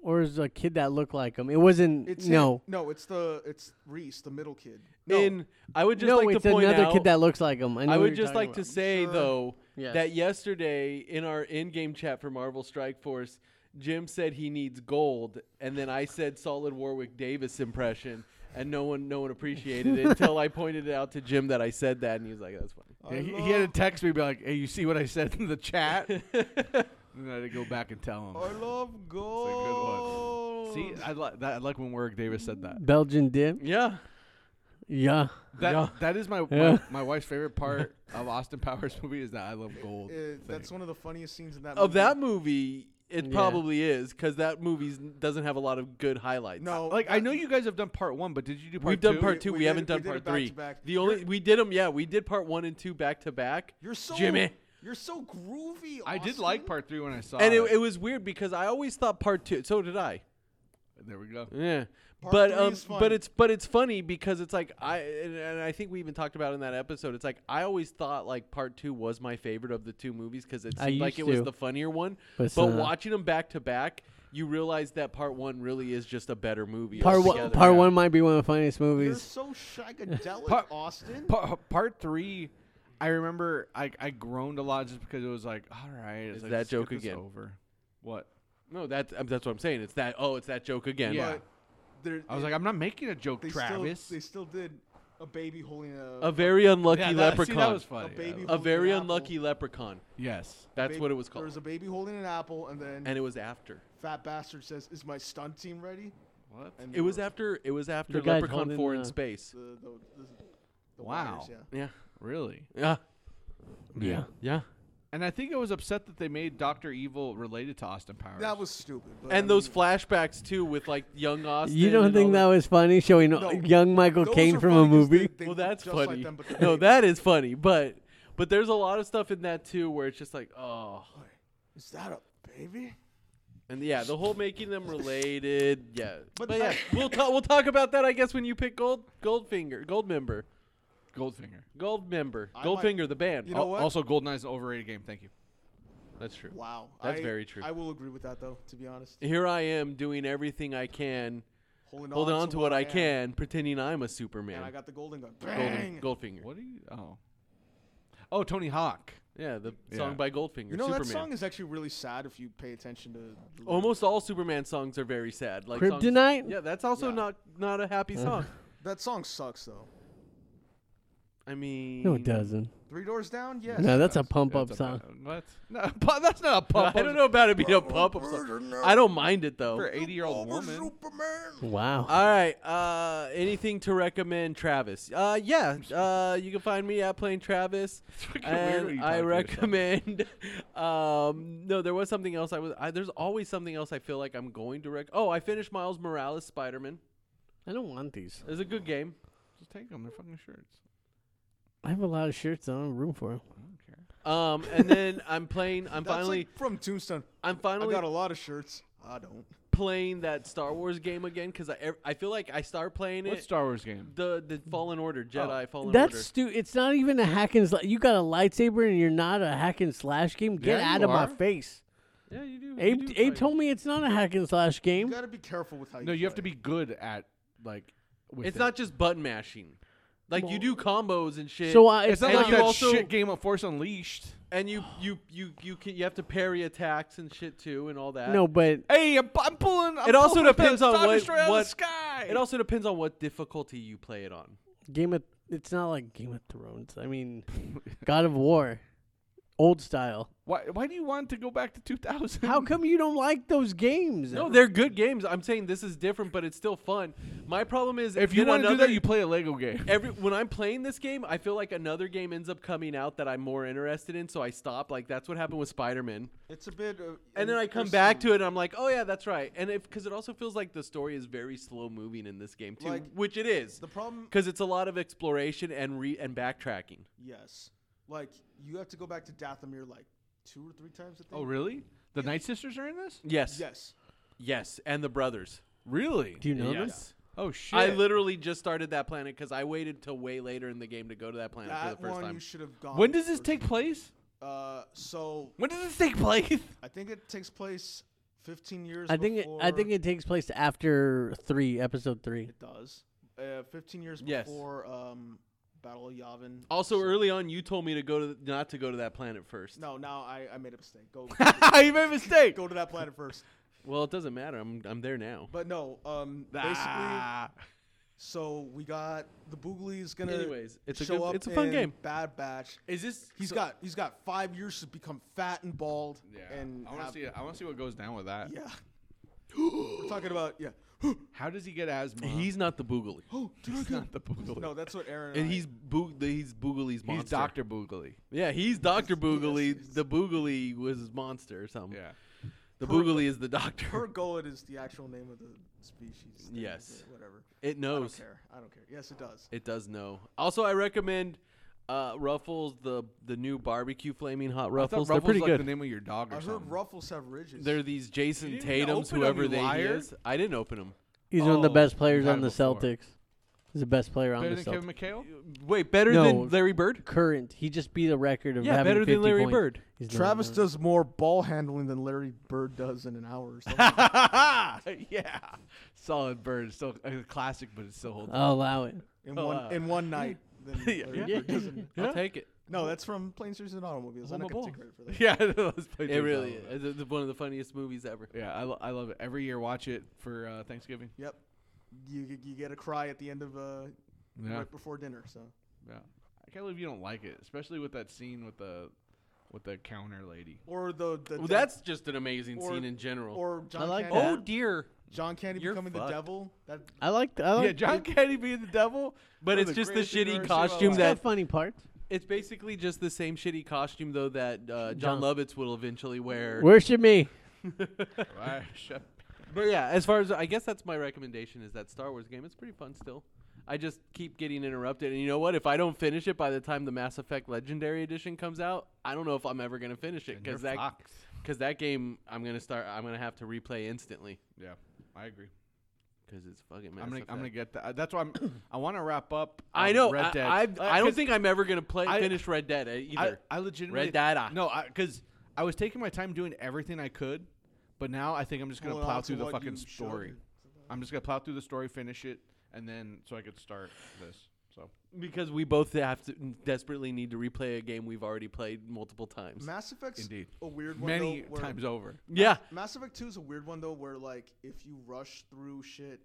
H: or it was a kid that looked like him. It wasn't.
D: It's him.
H: no,
D: no, it's the it's Reese, the middle kid. No,
E: In I would just
H: no,
E: like
H: it's
E: to point
H: another
E: out.
H: kid that looks like him. I, know
E: I
H: what
E: would
H: you're
E: just like
H: talking about.
E: to say though
H: Yes.
E: that yesterday in our in-game chat for Marvel Strike Force, Jim said he needs gold, and then I said solid Warwick Davis impression, and no one no one appreciated it until
D: [laughs]
E: I pointed it out to Jim that I said that, and he was like, "That's funny."
G: Yeah, he, he had to text me be like, "Hey, you see what I said in
E: [laughs]
G: the chat?" and then I had to go back and tell him.
D: I love
G: It's a
D: gold.
G: good
E: Oh.
G: one. See, I like that. I like when Warwick Davis said that.
H: Belgian dip.
E: Yeah,
H: Yeah,
G: That
E: Yeah.
G: that is my,
H: Yeah.
G: my my wife's favorite part of Austin Powers movie is that I love gold.
D: Uh, that's
G: thing.
D: one of the funniest scenes in that.
E: of
D: movie.
E: that movie, it
H: Yeah.
E: probably is because that movie doesn't have a lot of good highlights.
D: No,
G: like I
D: that-
G: know you guys have done part one, but did you do part
E: We've
G: two?
E: done part two.
D: we
E: We,
D: did-
E: haven't
D: we
E: done
D: did it
E: part
D: back
E: three.
D: to back.
E: The only we did them. Yeah, we did part one and two back to back.
D: You're so
E: Jimmy.
D: You're so groovy.
G: I did
D: Austin.
G: like part three when I saw
E: And it,
G: it.
E: it was weird because I always thought part two. So did I.
G: there we go.
E: Yeah.
D: Part
E: but
D: three
E: um,
D: is fun.
E: but it's but it's funny because it's like I and, and I think we even talked about it in that episode. It's like I always thought like part two was my favorite of the two movies because it
H: I
E: seemed like
H: used
E: it was
H: to.
E: the funnier one.
H: But uh,
E: But,
H: it's not.
E: watching them back to back, you realize that part one really is just a better movie.
H: part one.
E: altogether.
H: Part one might be one of the funniest
D: You're
H: movies.
D: so psychedelic,
G: Part-
D: Austin.
G: Part, part three, I remember I, I groaned a lot just because it was like, all right, it's
E: Is
G: like,
E: that
G: let's get
E: joke
G: this
E: again.
G: over? What?
E: No, that's um, that's what I'm saying. It's that. Oh, it's that joke again.
G: Yeah.
D: but they're-
G: I was like, I'm not making a joke,
D: they
G: Travis.
D: Still, they still did a baby holding a,
E: A very unlucky
G: Yeah, that- see,
E: leprechaun.
G: that was funny.
D: A baby-
E: a very
D: Holding an
E: unlucky leprechaun.
G: yes.
E: That's
D: baby-
E: what it was
D: There was
E: called.
D: a baby holding an apple, and then
E: And it was after.
D: fat bastard says, "Is my stunt team ready?"
G: What?
D: And
E: It was
D: the,
E: after. It was after
H: The guy
E: Leprechaun
H: holding
E: Four in
H: the-
E: space.
D: the, the, the
G: Wow.
D: wires, yeah.
E: Yeah.
G: Really?
E: Yeah.
H: Yeah.
E: Yeah.
G: And I think I was upset that they made Doctor Evil related to Austin Powers.
D: That was stupid. But I
E: And those
D: mean,
E: flashbacks too, with like young Austin.
H: You don't
E: and all
H: think that was funny showing
D: No,
H: young Michael
D: those
H: Caine
D: are
H: from a
D: funny 'cause they-
H: movie?
D: they
E: Well,
D: look
E: that's
D: just like
E: funny. [laughs]
D: them, but they're [laughs]
E: no,
D: big.
E: that is funny, but but there's a lot of stuff in that too where it's just like, oh,
D: is that a baby?
E: and yeah, the whole making them related, yeah. But,
D: But
E: yeah,
D: I-
E: we'll talk. We'll talk about that, I guess, when you pick Gold Goldfinger, Gold member,
G: Goldfinger.
E: Gold member,
D: I might-
E: Goldfinger, the band.
D: You know
G: Al-
D: what?
G: Also, Goldeneye's an overrated game. Thank you.
E: That's true.
D: Wow,
E: That's
D: I-
E: very true.
D: I will agree with that though. To be honest,
E: Here I am doing everything I can,
D: holding
E: holding on to what I
D: am,
E: can, pretending I'm a
D: And I
E: Superman.
D: got the golden gun.
E: Golden,
D: Bang!
E: Goldfinger.
G: What do you? Oh. Oh, Tony Hawk.
E: Yeah, the
G: Yeah.
E: song by Goldfinger.
D: You know
E: Superman.
D: that song is actually really sad if you pay attention to. the lyrics.
E: Almost all Superman songs are very sad. Like songs-
H: Kryptonite?
E: yeah, that's also
D: Yeah.
E: not not a happy
H: [laughs]
E: song.
D: That song sucks though.
E: I mean,
H: No, it doesn't.
D: Three Doors Down, yes.
H: No, that's a
G: That's-
H: pump
G: that's
H: up
G: a-
H: song.
G: What? [laughs] No, pu- that's not a
E: [laughs]
G: pump.
E: I don't know about it being a pop up song. I don't mind it though.
G: For an 80 year old woman.
H: Wow.
E: All right. Uh, anything to recommend, Travis? Uh, yeah. Uh, you can find me at playing
D: [laughs]
E: Travis.
G: fucking weird when
E: And
G: you
E: I
G: talk to yourself.
E: recommend. [laughs] um, no, there was something else. I was. I, there's always something else. I feel like I'm going to rec. Oh, I finished Miles Morales Spider Man.
H: I don't want these.
E: It was a good game.
G: Just take them. They're fucking shirts.
H: I have a lot of shirts. I don't have room for them.
G: I don't care.
E: Um, and
D: [laughs]
E: then I'm playing. I'm
D: That's
E: finally.
D: like from Tombstone.
E: I'm finally.
D: I got a lot of shirts. I don't.
E: playing that Star Wars game again because I ev- I feel like I start playing
G: What
E: it.
G: Star Oh, Wars game?
E: the the Fallen Order Jedi Fallen
H: That's
E: Order.
H: stu. It's not even a hack and slash. You got a lightsaber and you're not a hack and slash game. Get
G: Yeah,
H: out
G: you
H: of
G: are.
H: my face.
E: yeah, you do.
H: Abe, Abe told me it's not a hack and slash
D: You
H: game.
D: gotta be careful with how you.
G: No, you have
D: play.
G: to be good at like. With
E: it's
G: it.
E: not just button mashing. Like you do combos and shit.
H: So uh, I,
G: It's not
E: And
G: like
E: you
G: that
E: also-
G: shit game of Force Unleashed.
E: and you you you you can you have to parry attacks and shit too and all that.
H: no, but
G: Hey, I'm, I'm pulling. I'm
E: It also
G: pulling a
E: depends on
G: Star
E: what-
G: Destroyer out of the
E: what-
G: sky.
E: It also depends on what difficulty you play it on.
H: Game of it's not like Game of Thrones. I mean, God of War, Old style.
G: Why why do you want to go back to 2000?
H: How come you don't like those games?
E: No, they're good games. I'm saying this is different, but it's still fun. My problem is
G: if you
E: then
G: want to do
E: another-
G: that, you play a Lego game.
E: every when I'm playing this game, I feel like another game ends up coming out that I'm more interested in, so I stop. Like that's what happened with Spider Man,
D: It's a bit. uh, Of,
E: and then I come back to it, and I'm like, oh yeah, that's right. And if because it also feels like the story is very slow moving in this game too,
D: Like,
E: which it is,
D: The problem,
E: because it's a lot of exploration and re and backtracking.
D: yes, like you have to go back to Dathomir like two or three times. I think.
G: Oh, really? The Night Sisters are in this?
E: Yes,
D: Yes.
E: yes, and the brothers.
G: Really?
H: Do you know them?
E: Yes.
G: Oh shit.
E: I literally just started that planet because I waited till way later in the game to go to that planet
D: That
E: for the first
D: one
E: time.
D: you should have gone.
G: when does this
D: first.
G: take place?
D: Uh, so
G: When does this take place?
D: I think it takes place 15 years.
H: I think it,
D: Before
H: I think it takes place after three, episode three.
D: it does. Uh, 15 years
E: Yes.
D: before um, Battle of Yavin.
E: also, early on, you told me to go to not to go to that planet first.
D: No, now I, I made a
E: [laughs]
D: mistake. Go
G: [laughs] you made a mistake.
D: go to that planet first.
E: Well, it doesn't matter. I'm I'm there now.
D: But no, um, basically,
G: Ah.
D: so we got the Boogly's gonna.
E: Anyways, it's a
D: show
E: good-
D: up
E: it's a fun
D: in
E: game.
D: Bad Batch.
E: Is this
D: He's got he's got five years to become fat and bald.
G: Yeah.
D: And
G: I want to
D: have-
G: see. I want to see what goes down with that.
D: [gasps]
E: [gasps]
D: Yeah. We're talking about yeah. [gasps]
G: How does he get asthma?
E: He's not the Boogly,
D: Oh, did I
G: He's
D: get-
G: not the Boogly.
D: No, that's what Aaron.
E: and
D: I-
E: he's Boog- the- he's Boogly's monster.
G: he's Doctor Boogly.
E: Yeah, he's Doctor Boogly.
D: yes.
E: The Boogly was his monster or something.
G: Yeah.
E: The Boogly is the doctor.
D: Pergolid is the actual name of the species. thing,
E: Yes.
D: but Whatever.
E: [laughs] it
D: I
E: knows.
D: don't care. I don't care. Yes, it does.
E: It does know. Also, I recommend uh, Ruffles the the new barbecue flaming hot
G: I thought
E: Ruffles. They're
G: Ruffles
E: pretty
G: like
E: good.
G: the name of your dog or
D: I heard
G: something.
D: ruffles have ridges.
E: They're these Jason
G: You didn't even
E: Tatum's,
G: open 'em,
E: whoever
G: you
E: they he
G: liar.
E: is. I didn't open them.
H: He's one of the
G: Oh,
H: best
G: we've
H: players
G: had
H: on
G: it
H: the
G: before.
H: Celtics. He's the best player on
G: better
H: the
G: than
H: Celtics.
G: Kevin McHale.
E: Wait, better
H: No.
E: than Larry
G: [laughs]
E: Bird?
H: Current, he just beat the record of
E: Yeah,
H: having
E: better than
H: 50
E: Larry
H: points.
E: Bird.
H: He's not-
D: Travis
H: no.
D: does more ball handling than Larry Bird does in an hour
E: [laughs]
D: or something.
G: yeah. Solid bird. It's still a classic, but it still holds.
E: Uh,
G: up. [laughs]
H: I'll allow it.
D: in one
E: wow.
D: in
E: [laughs]
D: one night. Than Larry
G: yeah.
D: Bird does in-
E: I'll take it.
D: No, that's from Planes, Series and Automobiles. I'm not
E: Home
D: gonna take
E: Alone.
D: credit for
E: [laughs]
D: that.
G: [laughs] yeah. [laughs] Let's play
E: It really
G: uh,
E: is. It's one of the funniest movies ever.
G: Yeah, I, lo- I love it. Every year, watch it for uh, Thanksgiving.
D: Yep. You you get a cry at the end of uh
G: Yeah.
D: right before dinner. So
G: Yeah. I can't believe you don't like it, especially with that scene with the with the counter lady.
D: or the, the
E: Well,
D: de-
E: that's just an amazing
D: or-
E: scene in general.
D: or John
H: like
E: [laughs]
D: Candy.
E: oh
H: that.
E: dear,
D: John Candy
E: You're
D: becoming
E: fucked.
D: the devil. That
H: I like. I like.
G: Yeah, John Candy being the devil,
E: but
G: One of
E: it's just the
G: greatest things I've
E: shitty
G: ever seen in my
E: costume
G: [laughs] life.
H: He's
E: that
H: got funny parts.
E: it's basically just the same shitty costume though that uh, John
H: John.
E: Lovitz will eventually wear.
H: Worship me.
G: Right, shut-
E: But yeah, as far as I guess that's my recommendation is that Star Wars game. It's pretty fun still. I just keep getting interrupted, and you know what? If I don't finish it by the time the Mass Effect Legendary Edition comes out, I don't know if I'm ever gonna finish it
G: And you're
E: because that
G: fucked.
E: because that game I'm gonna start. I'm gonna have to replay instantly
G: Yeah, I agree.
E: because it's fucking. Mass
G: I'm gonna
E: Effect.
G: I'm gonna get that. That's why I'm. I want to wrap up.
E: I
G: um,
E: know.
G: Red
E: I,
G: Dead.
E: I,
G: Uh,
E: I don't
G: 'cause
E: think I'm ever gonna play
G: I-
E: finish Red Dead uh,
G: I,
E: either.
G: I legitimately
E: Red Dead.
G: No, because I, was taking my time doing everything I could, but now I think I'm just gonna
D: Well,
G: plow
D: onto
G: through the
D: what
G: fucking
D: you showed
G: story.
D: it.
G: I'm just gonna plow through the story, finish it, and then so I could start this. So
E: because we both have to desperately need to replay a game we've already played multiple times.
D: Mass Effect's
G: Indeed.
D: a weird one.
G: many
D: though, where-
G: times over.
E: yeah,
D: Mass Effect 2 is a weird one though, where like if you rush through shit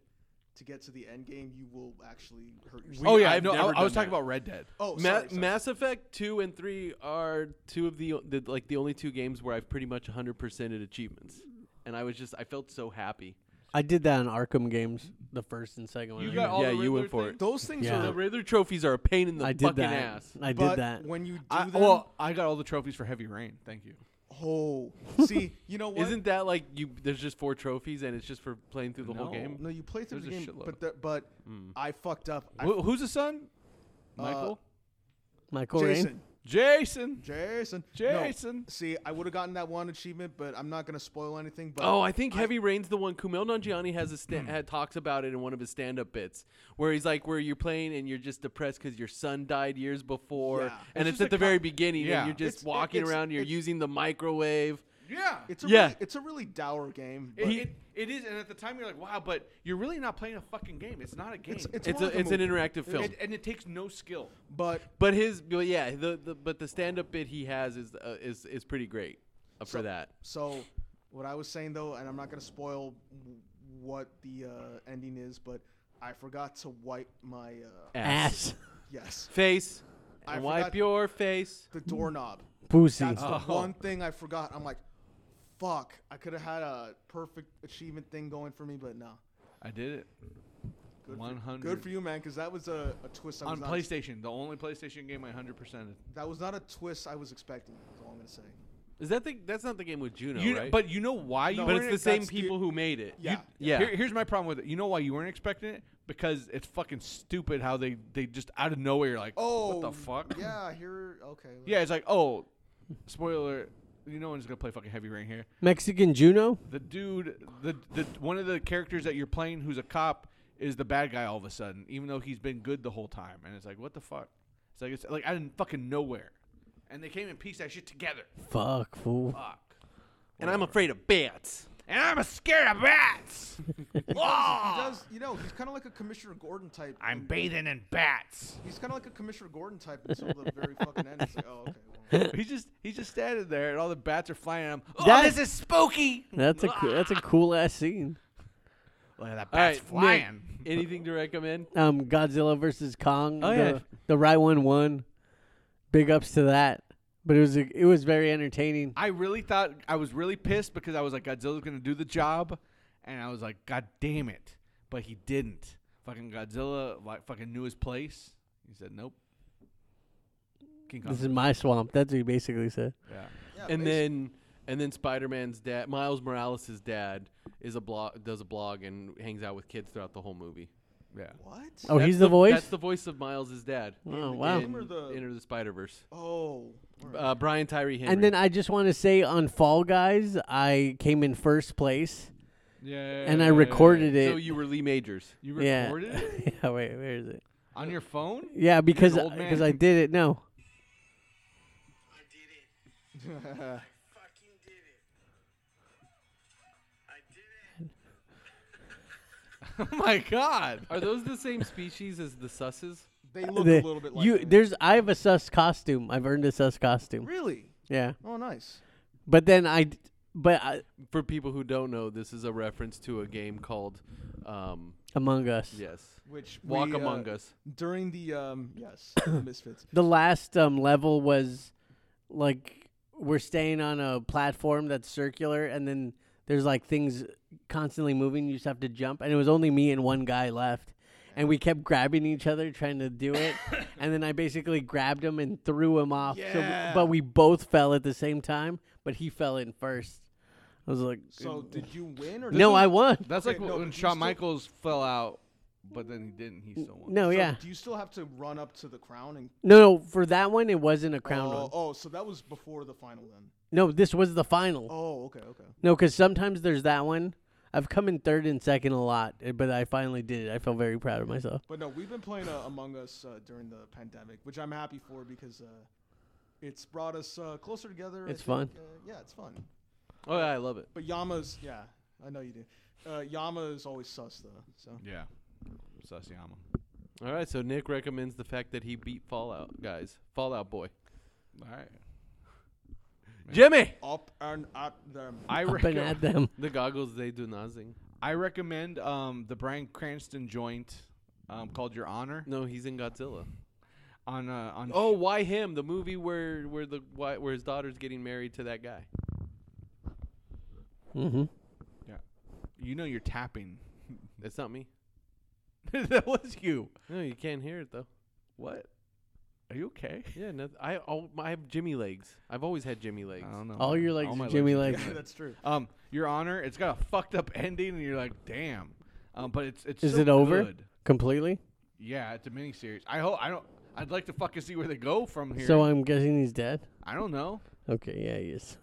D: to get to the end game, you will actually hurt yourself.
G: oh yeah,
E: I've
G: no, I,
E: never
G: I was
E: done
G: talking
E: that.
G: about Red Dead.
D: oh,
E: Ma-
D: sorry, sorry.
E: Mass Effect two and three are two of the, the like the only two games where I've pretty much 100 percented achievements, and I was just I felt so happy.
H: I did that on Arkham games, the first and second one.
G: You
H: I
G: got
H: made.
G: all
E: yeah,
G: the
E: you went
G: Riddler
E: for
G: things?
E: it.
D: Those things
H: Yeah.
E: The
D: are.
E: Riddler trophies are a pain in the
H: I
E: fucking
H: did that.
E: ass.
H: I did
D: But
H: that.
D: when you do
G: I,
D: them,
G: well, I got all the trophies for Heavy Rain. Thank you.
D: oh, see, you know what?
E: Isn't that like you? There's just four trophies, and it's just for playing through the whole
G: No.
E: game.
D: no, you play through the
G: There's a
D: game,
G: shitload. Hmm.
D: but the, but I fucked up. I,
G: Wh- who's the son? Michael.
H: Michael Rain.
D: Jason,
G: Jason.
D: Jason, No,
G: Jason.
D: see, I would have gotten that one achievement, but I'm not gonna spoil anything. But
E: Oh, I think Heavy Rain's the one. Kumail Nanjiani has a
H: Hmm.
E: sta- had talks about it in one of his stand-up bits, where he's like, where you're playing and you're just depressed because your son died years before,
D: Yeah.
E: and
G: It's
E: it's
G: just
E: at the
G: a
E: very
G: co-
E: beginning,
G: Yeah.
E: and you're just
D: It's- it-
E: walking
D: it's-
E: around, you're
D: it's-
E: using the microwave.
G: Yeah.
D: it's a
E: yeah.
D: really, it's a really dour game.
G: It,
D: but
G: it, it is, and at the time you're like, wow, but you're really not playing a fucking game. It's not a game.
E: It's
D: more
E: a,
D: like a
E: it's an
D: movie.
E: interactive film.
G: and, and it takes no skill.
D: But
E: but his, but yeah, the, the but the stand-up bit he has is uh, is is pretty great uh, for that.
D: So, what I was saying though, and I'm not gonna spoil w- what the uh, ending is, but I forgot to wipe my uh,
H: Ass.
D: yes.
E: face,
D: I
E: and
D: forgot
E: wipe your face.
D: the doorknob.
C: Boosie.
D: That's
G: Oh.
D: the one thing I forgot. I'm like, fuck. I could have had a perfect achievement thing going for me, but no.
G: I did it.
D: Good
G: One
D: For,
G: hundred
D: good for you, man, because that was a, a twist. I was
G: on
D: not,
G: PlayStation. The only PlayStation game I hundred percent.
D: That was not a twist I was expecting. Is all I'm gonna say.
E: Is that the, that's not the game with Juno,
G: You,
E: right?
G: But you know why you?
E: but
G: weren't
E: it's the same
D: that's the-
E: people who made it.
D: Yeah.
E: Yeah.
G: Here, here's my problem with it. You know why you weren't expecting it? Because it's fucking stupid how they they just out of nowhere you're like,
D: Oh.
G: what the fuck?
D: Yeah. Here. Okay. well,
G: Yeah, it's like, oh, spoiler. You know, one's gonna play fucking heavy rain here.
H: Mexican Juno?
G: The dude, the the one of the characters that you're playing, who's a cop, is the bad guy all of a sudden, even though he's been good the whole time. And it's like, what the fuck? It's like it's like out of fucking nowhere, and they came and pieced that shit together.
H: Fuck,
G: [laughs]
H: fool.
G: Fuck.
E: and I'm afraid of bats.
G: And I'm scared
E: [laughs]
G: of bats.
D: He
G: Whoa!
D: does. You know, he's kind of like a Commissioner Gordon type.
G: I'm bathing in bats.
D: He's kind of like a Commissioner Gordon type until the very fucking end. It's like, oh, okay. Well,
G: He just he's just standing there, and all the bats are flying at him. Oh,
H: That's-
G: this is spooky.
H: That's a coo- that's a cool ass scene.
G: Look at that
E: All right,
G: bat's flying.
E: Nick, anything to recommend?
H: Um, Godzilla versus Kong.
E: Oh,
H: the,
E: yeah.
H: the right one won. Big ups to that. But it was a, it was very entertaining.
G: [laughs] I really thought I was really pissed because I was like Godzilla's gonna do the job, and I was like, God damn it! But he didn't. Fucking Godzilla, like fucking knew his place. He said, Nope. King Kong.
H: This is my swamp. That's what he basically said.
G: yeah.
D: yeah,
E: and
D: basi-
E: then and then Spider-Man's dad, Miles Morales' dad, is a blog does a blog and hangs out with kids throughout the whole movie.
G: Yeah.
H: [laughs]
D: what?
H: Oh,
E: That's
H: he's the, voice.
E: That's the voice of Miles' dad.
H: oh
D: the
H: wow.
D: game or
E: in
D: the-
E: Enter the Spider Verse.
D: Oh. all right.
E: Uh, Brian Tyree Henry.
H: And then I just want to say on Fall Guys, I came in first place [laughs]
G: Yeah.
H: and I recorded it.
E: so you were Lee Majors.
G: You
H: yeah.
G: recorded it
H: yeah. Wait, where is it?
G: on your phone? [laughs]
H: Yeah, because
G: old
H: because
G: man.
H: I did it. No.
G: oh my god.
E: Are those the same species as the susses?
D: they look
H: The-
D: a little bit like
H: you.
D: that.
H: There's. I have a sus costume. I've earned a sus costume.
D: Really?
H: Yeah.
D: Oh, nice.
H: But then I. d- But I,
E: For people who don't know, this is a reference to a game called, um,
H: Among Us.
E: yes,
D: Which
E: Walk
D: we, uh,
E: Among Us.
D: during the um
H: [coughs]
D: yes the misfits.
H: The last um, level was like we're staying on a platform that's circular, and then there's like things constantly moving. You just have to jump, and it was only me and one guy left, and we kept grabbing each other trying to
D: [coughs]
H: do it, and then I basically grabbed him and threw him off. So,
D: Yeah.
H: but we both fell at the same time, but he fell in first. I was like,
D: So did you win or
H: no,
D: did
H: I
D: you-
H: won.
G: That's
D: Okay,
G: like
D: no,
G: when
D: but you
G: Shawn
D: still-
G: Michaels fell out, but then he didn't. He still won.
H: No,
D: So
H: oh, yeah,
D: Do you still have to run up to the crown and
H: no, no. For that one, it wasn't a crown
D: oh,
H: one.
D: oh, so that was before the final then.
H: No, this was the final.
D: Oh, okay, okay.
H: No, because sometimes there's that one. I've come in third and second a lot, eh, but I finally did it. I feel very proud of myself.
D: But no, we've been playing uh, Among Us uh, during the pandemic, which I'm happy for because uh, it's brought us uh, closer together. I
H: It's
D: think.
H: fun.
D: Uh, yeah, it's fun.
E: Oh yeah, I love it.
D: But Yama's, yeah, I know you do. Uh, Yama is always sus though. So
G: Yeah. Sasayama.
E: All right, so Nick recommends the fact that he beat Fallout guys, Fallout Boy.
G: All right.
E: Jimmy,
D: up and at them.
G: I
H: Up and
G: recommend.
H: at them.
E: the goggles they do nothing.
G: I recommend um, the Brian Cranston joint um, called Your Honor
E: No, he's in Godzilla.
G: on uh, on.
E: Oh, why him? The movie where where the why, where his daughter's getting married to that guy.
H: Mm-hmm.
G: yeah. You know you're tapping. [laughs]
E: That's not me.
G: that was you.
E: No, you can't hear it though.
G: What? Are you okay?
E: Yeah, no, I oh, I have Jimmy legs. I've always had Jimmy legs.
G: I don't know.
H: All your legs
G: All
H: are
G: my
H: Jimmy
G: are
H: legs.
D: [laughs] Yeah, that's true.
G: Um, Your Honor, it's got a fucked up [laughs] ending, and you're like, damn. Um, but it's it's
H: Is
G: so
H: it over?
G: good.
H: Completely.
G: Yeah, it's a miniseries. I hope I don't. I'd like to fucking see where they go from here.
H: So I'm guessing he's dead.
G: I don't know.
H: Okay, yeah, he is.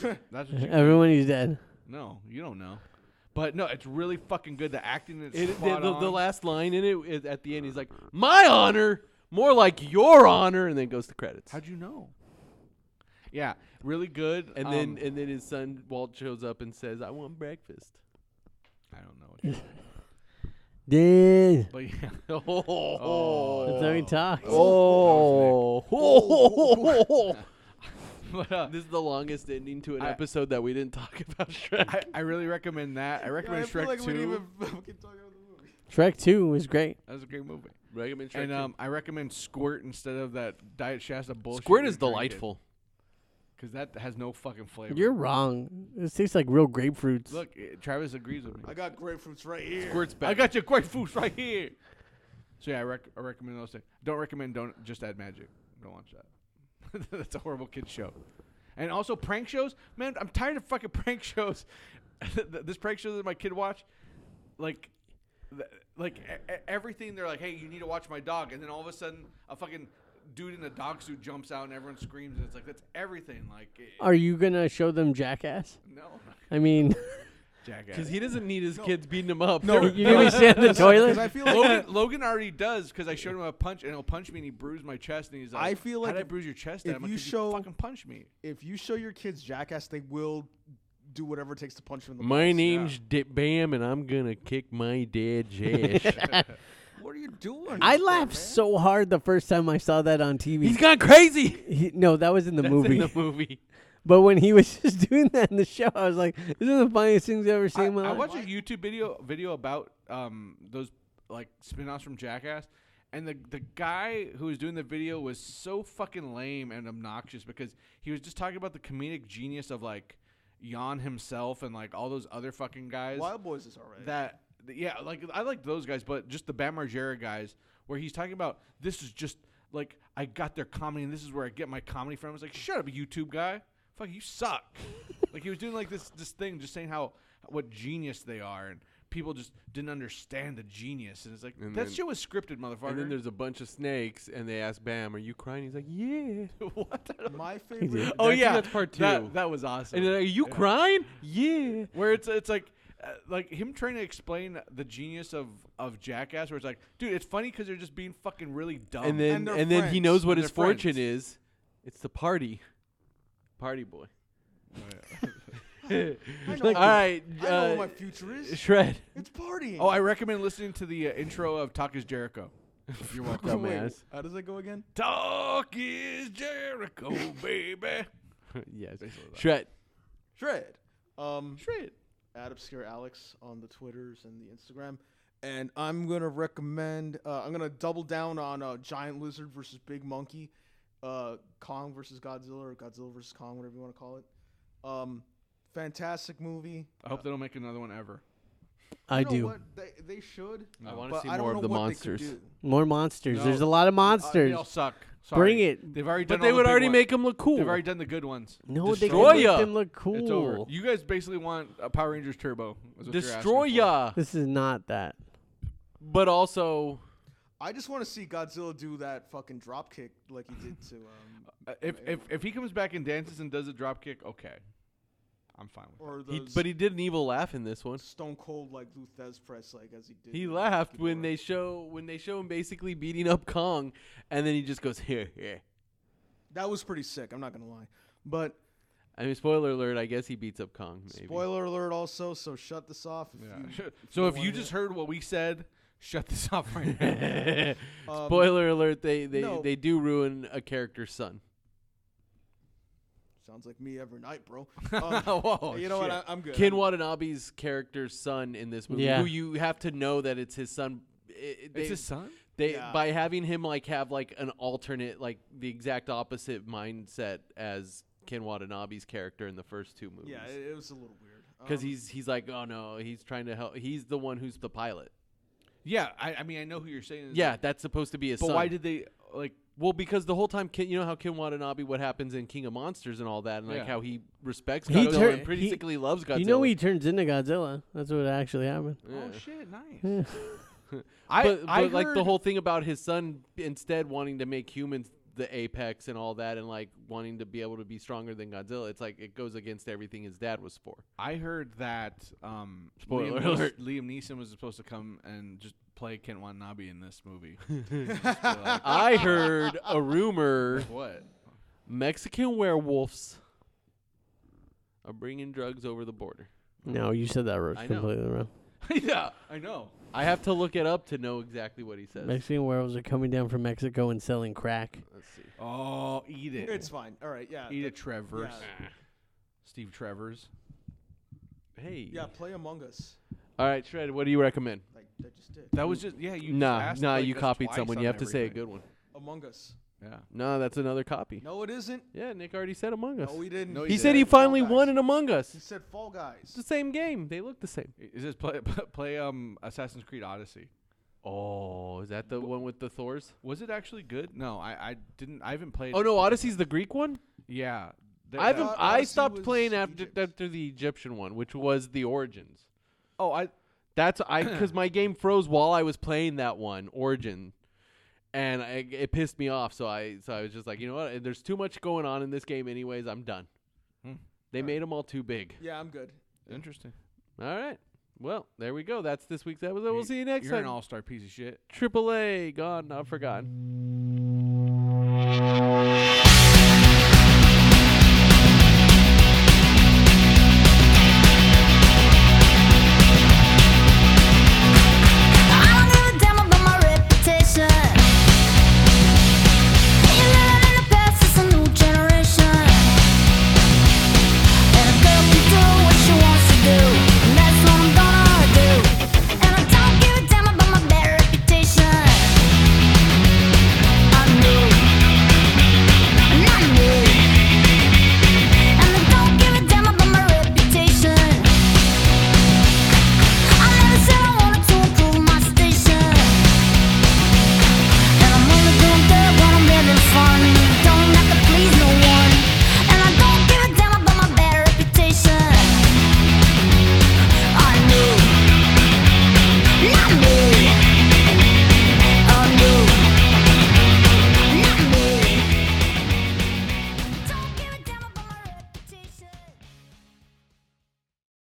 G: That's what you
E: [laughs]
H: Everyone, he's dead.
G: No, you don't know. But no, it's really fucking good. The acting is
E: It, the,
G: spot
E: the, the
G: on.
E: last line in it, it at the end, he's like, "My honor, more like your honor," and then goes to credits.
G: How'd you know? Yeah, really good.
E: and then
G: um,
E: and then his son Walt shows up and says, "I want breakfast." [laughs]
G: I don't know. What you're talking
H: Dead.
G: about, but yeah, [laughs]
H: That's how he talks.
E: Oh,
G: but, uh,
E: [laughs] this is the longest ending to an
G: Oh. I-
E: episode that we didn't talk [laughs] about Shrek.
G: I, I really recommend that. I
D: Yeah, I
G: recommend
D: feel
G: Shrek
D: like we
G: Two.
D: didn't even [laughs] fucking talk about the movie.
H: Shrek Two was great.
G: That was a great movie.
E: Recommend Shrek
G: And
E: two.
G: um, I recommend Squirt instead of that Diet Shasta bullshit.
E: Squirt is delightful.
G: because that has no fucking flavor.
H: You're wrong. This tastes like real grapefruits.
G: Look, eh, Travis agrees with me.
D: I got grapefruits right here.
E: Squirt's
G: I
E: better.
G: got your great foods right here. So yeah, I, rec- I recommend those things. Don't recommend don't just add magic. Don't watch that. [laughs] That's a horrible kid show. And also prank shows, man. I'm tired of fucking [laughs] prank shows. Th- this prank show that my kid watched, like, th- like e- e- everything. They're like, hey, you need to watch my dog, and then all of a sudden, a fucking dude in a dog suit jumps out, and everyone screams, and it's like that's everything. Like, it,
H: Are you gonna show them Jackass?
G: no,
H: I mean, [laughs]
E: Because
G: jackass.
E: he doesn't need his kids beating him up. [laughs]
D: No,
H: you gonna stand in the toilet?
D: Because I feel
G: Logan,
D: like
G: Logan already does because I showed him a punch and he'll punch me and he bruised my chest and he's like,
D: I feel like
G: how did I
D: if-
G: bruise your chest? At?
D: if
G: I'm like,
D: you
G: 'Cause
D: show-
G: fucking punch me.
D: [laughs] if you show your kids jackass, they will do whatever it takes to punch you in the
E: My
D: balls.
E: name's Di Bam, and I'm gonna kick my dad's ass.
D: What are you doing?
H: I laughed so hard the first time I saw that on TV.
E: He's gone crazy. [laughs]
H: He- no, that was in the
E: That's
H: movie.
E: in the movie.
H: but when he was [laughs] just doing that in the show, I was like, "This is the funniest things I've ever seen."
G: I,
H: in my
G: I
H: life."
G: watched a YouTube video video about um those like spin-offs from Jackass, and the the guy who was doing the video was so fucking lame and obnoxious because he was just talking about the comedic genius of like Jan himself and like all those other fucking guys.
D: Wild Boys is alright.
G: that th- yeah like i like those guys but just the bam margera guys where he's talking about this is just like i got their comedy and this is where i get my comedy from it's like shut up youtube guy fuck you suck like he was doing like this this thing just saying how what genius they are and people just didn't understand the genius and it's like
E: And
G: that
E: then-
G: shit was scripted motherfucker
E: And then there's a bunch of snakes, and they ask Bam, "Are you crying?" He's like, "Yeah."
G: [laughs]
E: [laughs]
G: what I don't-
D: My favorite.
E: I think that's part two.
G: that, that was awesome
E: and they're like, "Are you crying?" Yeah.
G: where it's it's like uh, like him trying to explain the genius of of Jackass, where it's like, dude, it's funny because they're just being fucking really dumb.
E: And then and,
D: they're
E: then he knows
G: Um, friends.
E: what
G: And
E: his
G: they're friends.
E: fortune is. It's the party. Party boy.
D: I know,
E: All right.
D: I know
E: uh,
D: what my future is.
E: Shred.
D: It's partying.
G: oh, I recommend listening to the uh, intro of Talk Is Jericho.
E: [laughs]
G: You're welcome.
E: Dumbass.
D: How does that go again?
G: Talk is Jericho, baby.
E: [laughs] yes. Shred.
D: Shred. Um,
G: Shred.
D: at obscure alex on the twitters and the instagram and i'm gonna recommend uh, i'm gonna double down on uh, giant lizard versus big monkey uh, kong versus godzilla or godzilla versus kong whatever you want to call it um, fantastic movie
G: I hope they don't make another one ever.
H: I
D: You know
H: do
D: what? They, they should
E: I want to
D: but
E: see
D: I don't
E: more
D: know
E: of the
D: what
E: monsters.
D: they could do.
H: more monsters.
G: No.
H: There's a lot of
G: Uh, they
H: monsters.
G: all suck. Sorry.
H: Bring it.
G: They've already done.
E: But they
G: all the
E: would
G: big
E: already
G: ones.
E: make him look cool.
G: They've already done the good ones.
H: no, they
E: Destroy
H: can make
E: ya.
H: them look cool.
G: It's over. You guys basically want a Power Rangers Turbo. is what you're asking
E: Destroy
G: for.
E: ya.
H: This is not that.
E: But
G: [laughs]
E: also,
D: i just want to see godzilla do that fucking drop kick like he did
E: [laughs]
D: to um,
G: Uh, if, if if he comes back and dances and does a drop kick, okay, I'm fine with
D: or
E: he,
D: the
E: but he did an evil laugh in this one.
D: stone cold like Luthez press like as he did
E: He
D: in
E: laughed when
D: Ghidorah.
E: they show when they show him basically beating up Kong, and then he just goes [laughs] here, here.
D: that was pretty sick i'm not gonna lie but
E: I mean, spoiler alert. I guess he beats up Kong. Maybe.
D: Spoiler alert also, so shut this off. If
E: [laughs]
G: it.
D: you,
G: so if you just heard what we said, shut this off right [laughs] now.
E: [laughs]
D: um,
E: spoiler alert. They they,
D: no.
E: they do ruin a character's son.
D: Sounds like me every night,
E: [laughs]
D: bro. Um,
G: Whoa,
D: you know
G: shit.
D: what? I, am good.
E: Ken
D: I'm-
E: Watanabe's character's son in this movie,
H: Yeah.
E: who you have to know that it's his son. It- it-
G: It's
E: they-
G: his son.
E: They
D: Yeah.
E: by having him like have like an alternate, like the exact opposite mindset as Ken Watanabe's character in the first two movies.
D: yeah, it, it was a little weird.
E: because
D: Um,
E: he's he's like, oh no, he's trying to help. He's the one who's the pilot.
G: Yeah, I, I mean I know who you're saying. is
E: Yeah,
G: like-
E: that's supposed to be his
G: but
E: son.
G: why did they like?
E: Well, because the whole time, Ken, you know how Ken Watanabe, what happens in King of Monsters and all that, and
G: Yeah.
E: like how he respects
H: He
E: Godzilla
H: tur-
E: and pretty
H: he-
E: sickly loves Godzilla.
H: You know he turns into Godzilla. That's what actually happened.
G: Oh
E: Yeah.
G: shit, nice.
H: Yeah.
G: I,
E: but,
G: I
E: but, like the
G: heard-
E: whole thing about his son instead wanting to make humans the apex and all that, and like wanting to be able to be stronger than Godzilla. It's like it goes against everything his dad was for.
G: I heard that um,
E: Spoiler
G: Liam, Nees-
E: alert.
G: Liam Neeson was supposed to come and just play Kent Watanabe in this
E: [laughs]
G: movie. [laughs] Just be like,
E: [laughs] I heard a rumor: [laughs]
G: what?
E: Mexican werewolves are bringing drugs over the border.
H: No, you said that
E: I
H: wrong.
E: know.
H: completely wrong.
G: yeah, I know.
E: I have to look it up to know exactly what he says.
H: Mexican werewolves are coming down from Mexico and selling crack.
E: Let's see.
G: Oh, eat it.
D: it's fine. All right, yeah.
G: eat
D: that-
G: it, Trevor's.
D: yeah.
G: Steve Trevor's.
E: Hey.
D: Yeah, play Among Us.
E: All right, Shred. What do you recommend?
D: Like that just did.
G: That was just yeah. You just
E: Nah,
G: asked,
E: nah,
G: like,
E: you
G: us
E: copied
G: twice
E: someone.
G: on
E: You have to say a
G: everything.
E: good one.
D: Among Us.
G: Yeah.
E: Nah, that's another copy.
D: No, it isn't.
E: Yeah, Nick already said Among Us.
D: No, we didn't.
G: No,
E: he
G: he
E: said he
G: didn't.
E: finally
D: Fall Guys.
E: won in Among Us.
D: He said Fall
E: It's the
D: Guys.
E: same game. They look the same.
G: Is this play [laughs] play um Assassin's Creed Odyssey?
E: Oh, is that the one with the Thors?
G: Was it actually good? No, I, I didn't. I haven't played.
E: Oh no, Odyssey's the Greek one.
G: Yeah. uh, They-
E: I haven't.
D: thought
E: I
D: Odyssey
E: stopped
D: was
E: playing after
D: Egypt.
E: after the Egyptian one, which was the Origins.
G: Oh, I.
E: That's I because my game froze while I was playing that one Origin, and I, it pissed me off. So I so I was just like, you know what? There's too much going on in this game, anyways. I'm done.
G: Hmm.
E: They made them all too big.
D: Yeah, I'm good.
G: Interesting.
E: All right. Well, there we go. That's this week's episode. We'll
G: You-
E: see you next
G: You're
E: time.
G: an all star piece of shit.
E: Triple A gone, not forgotten.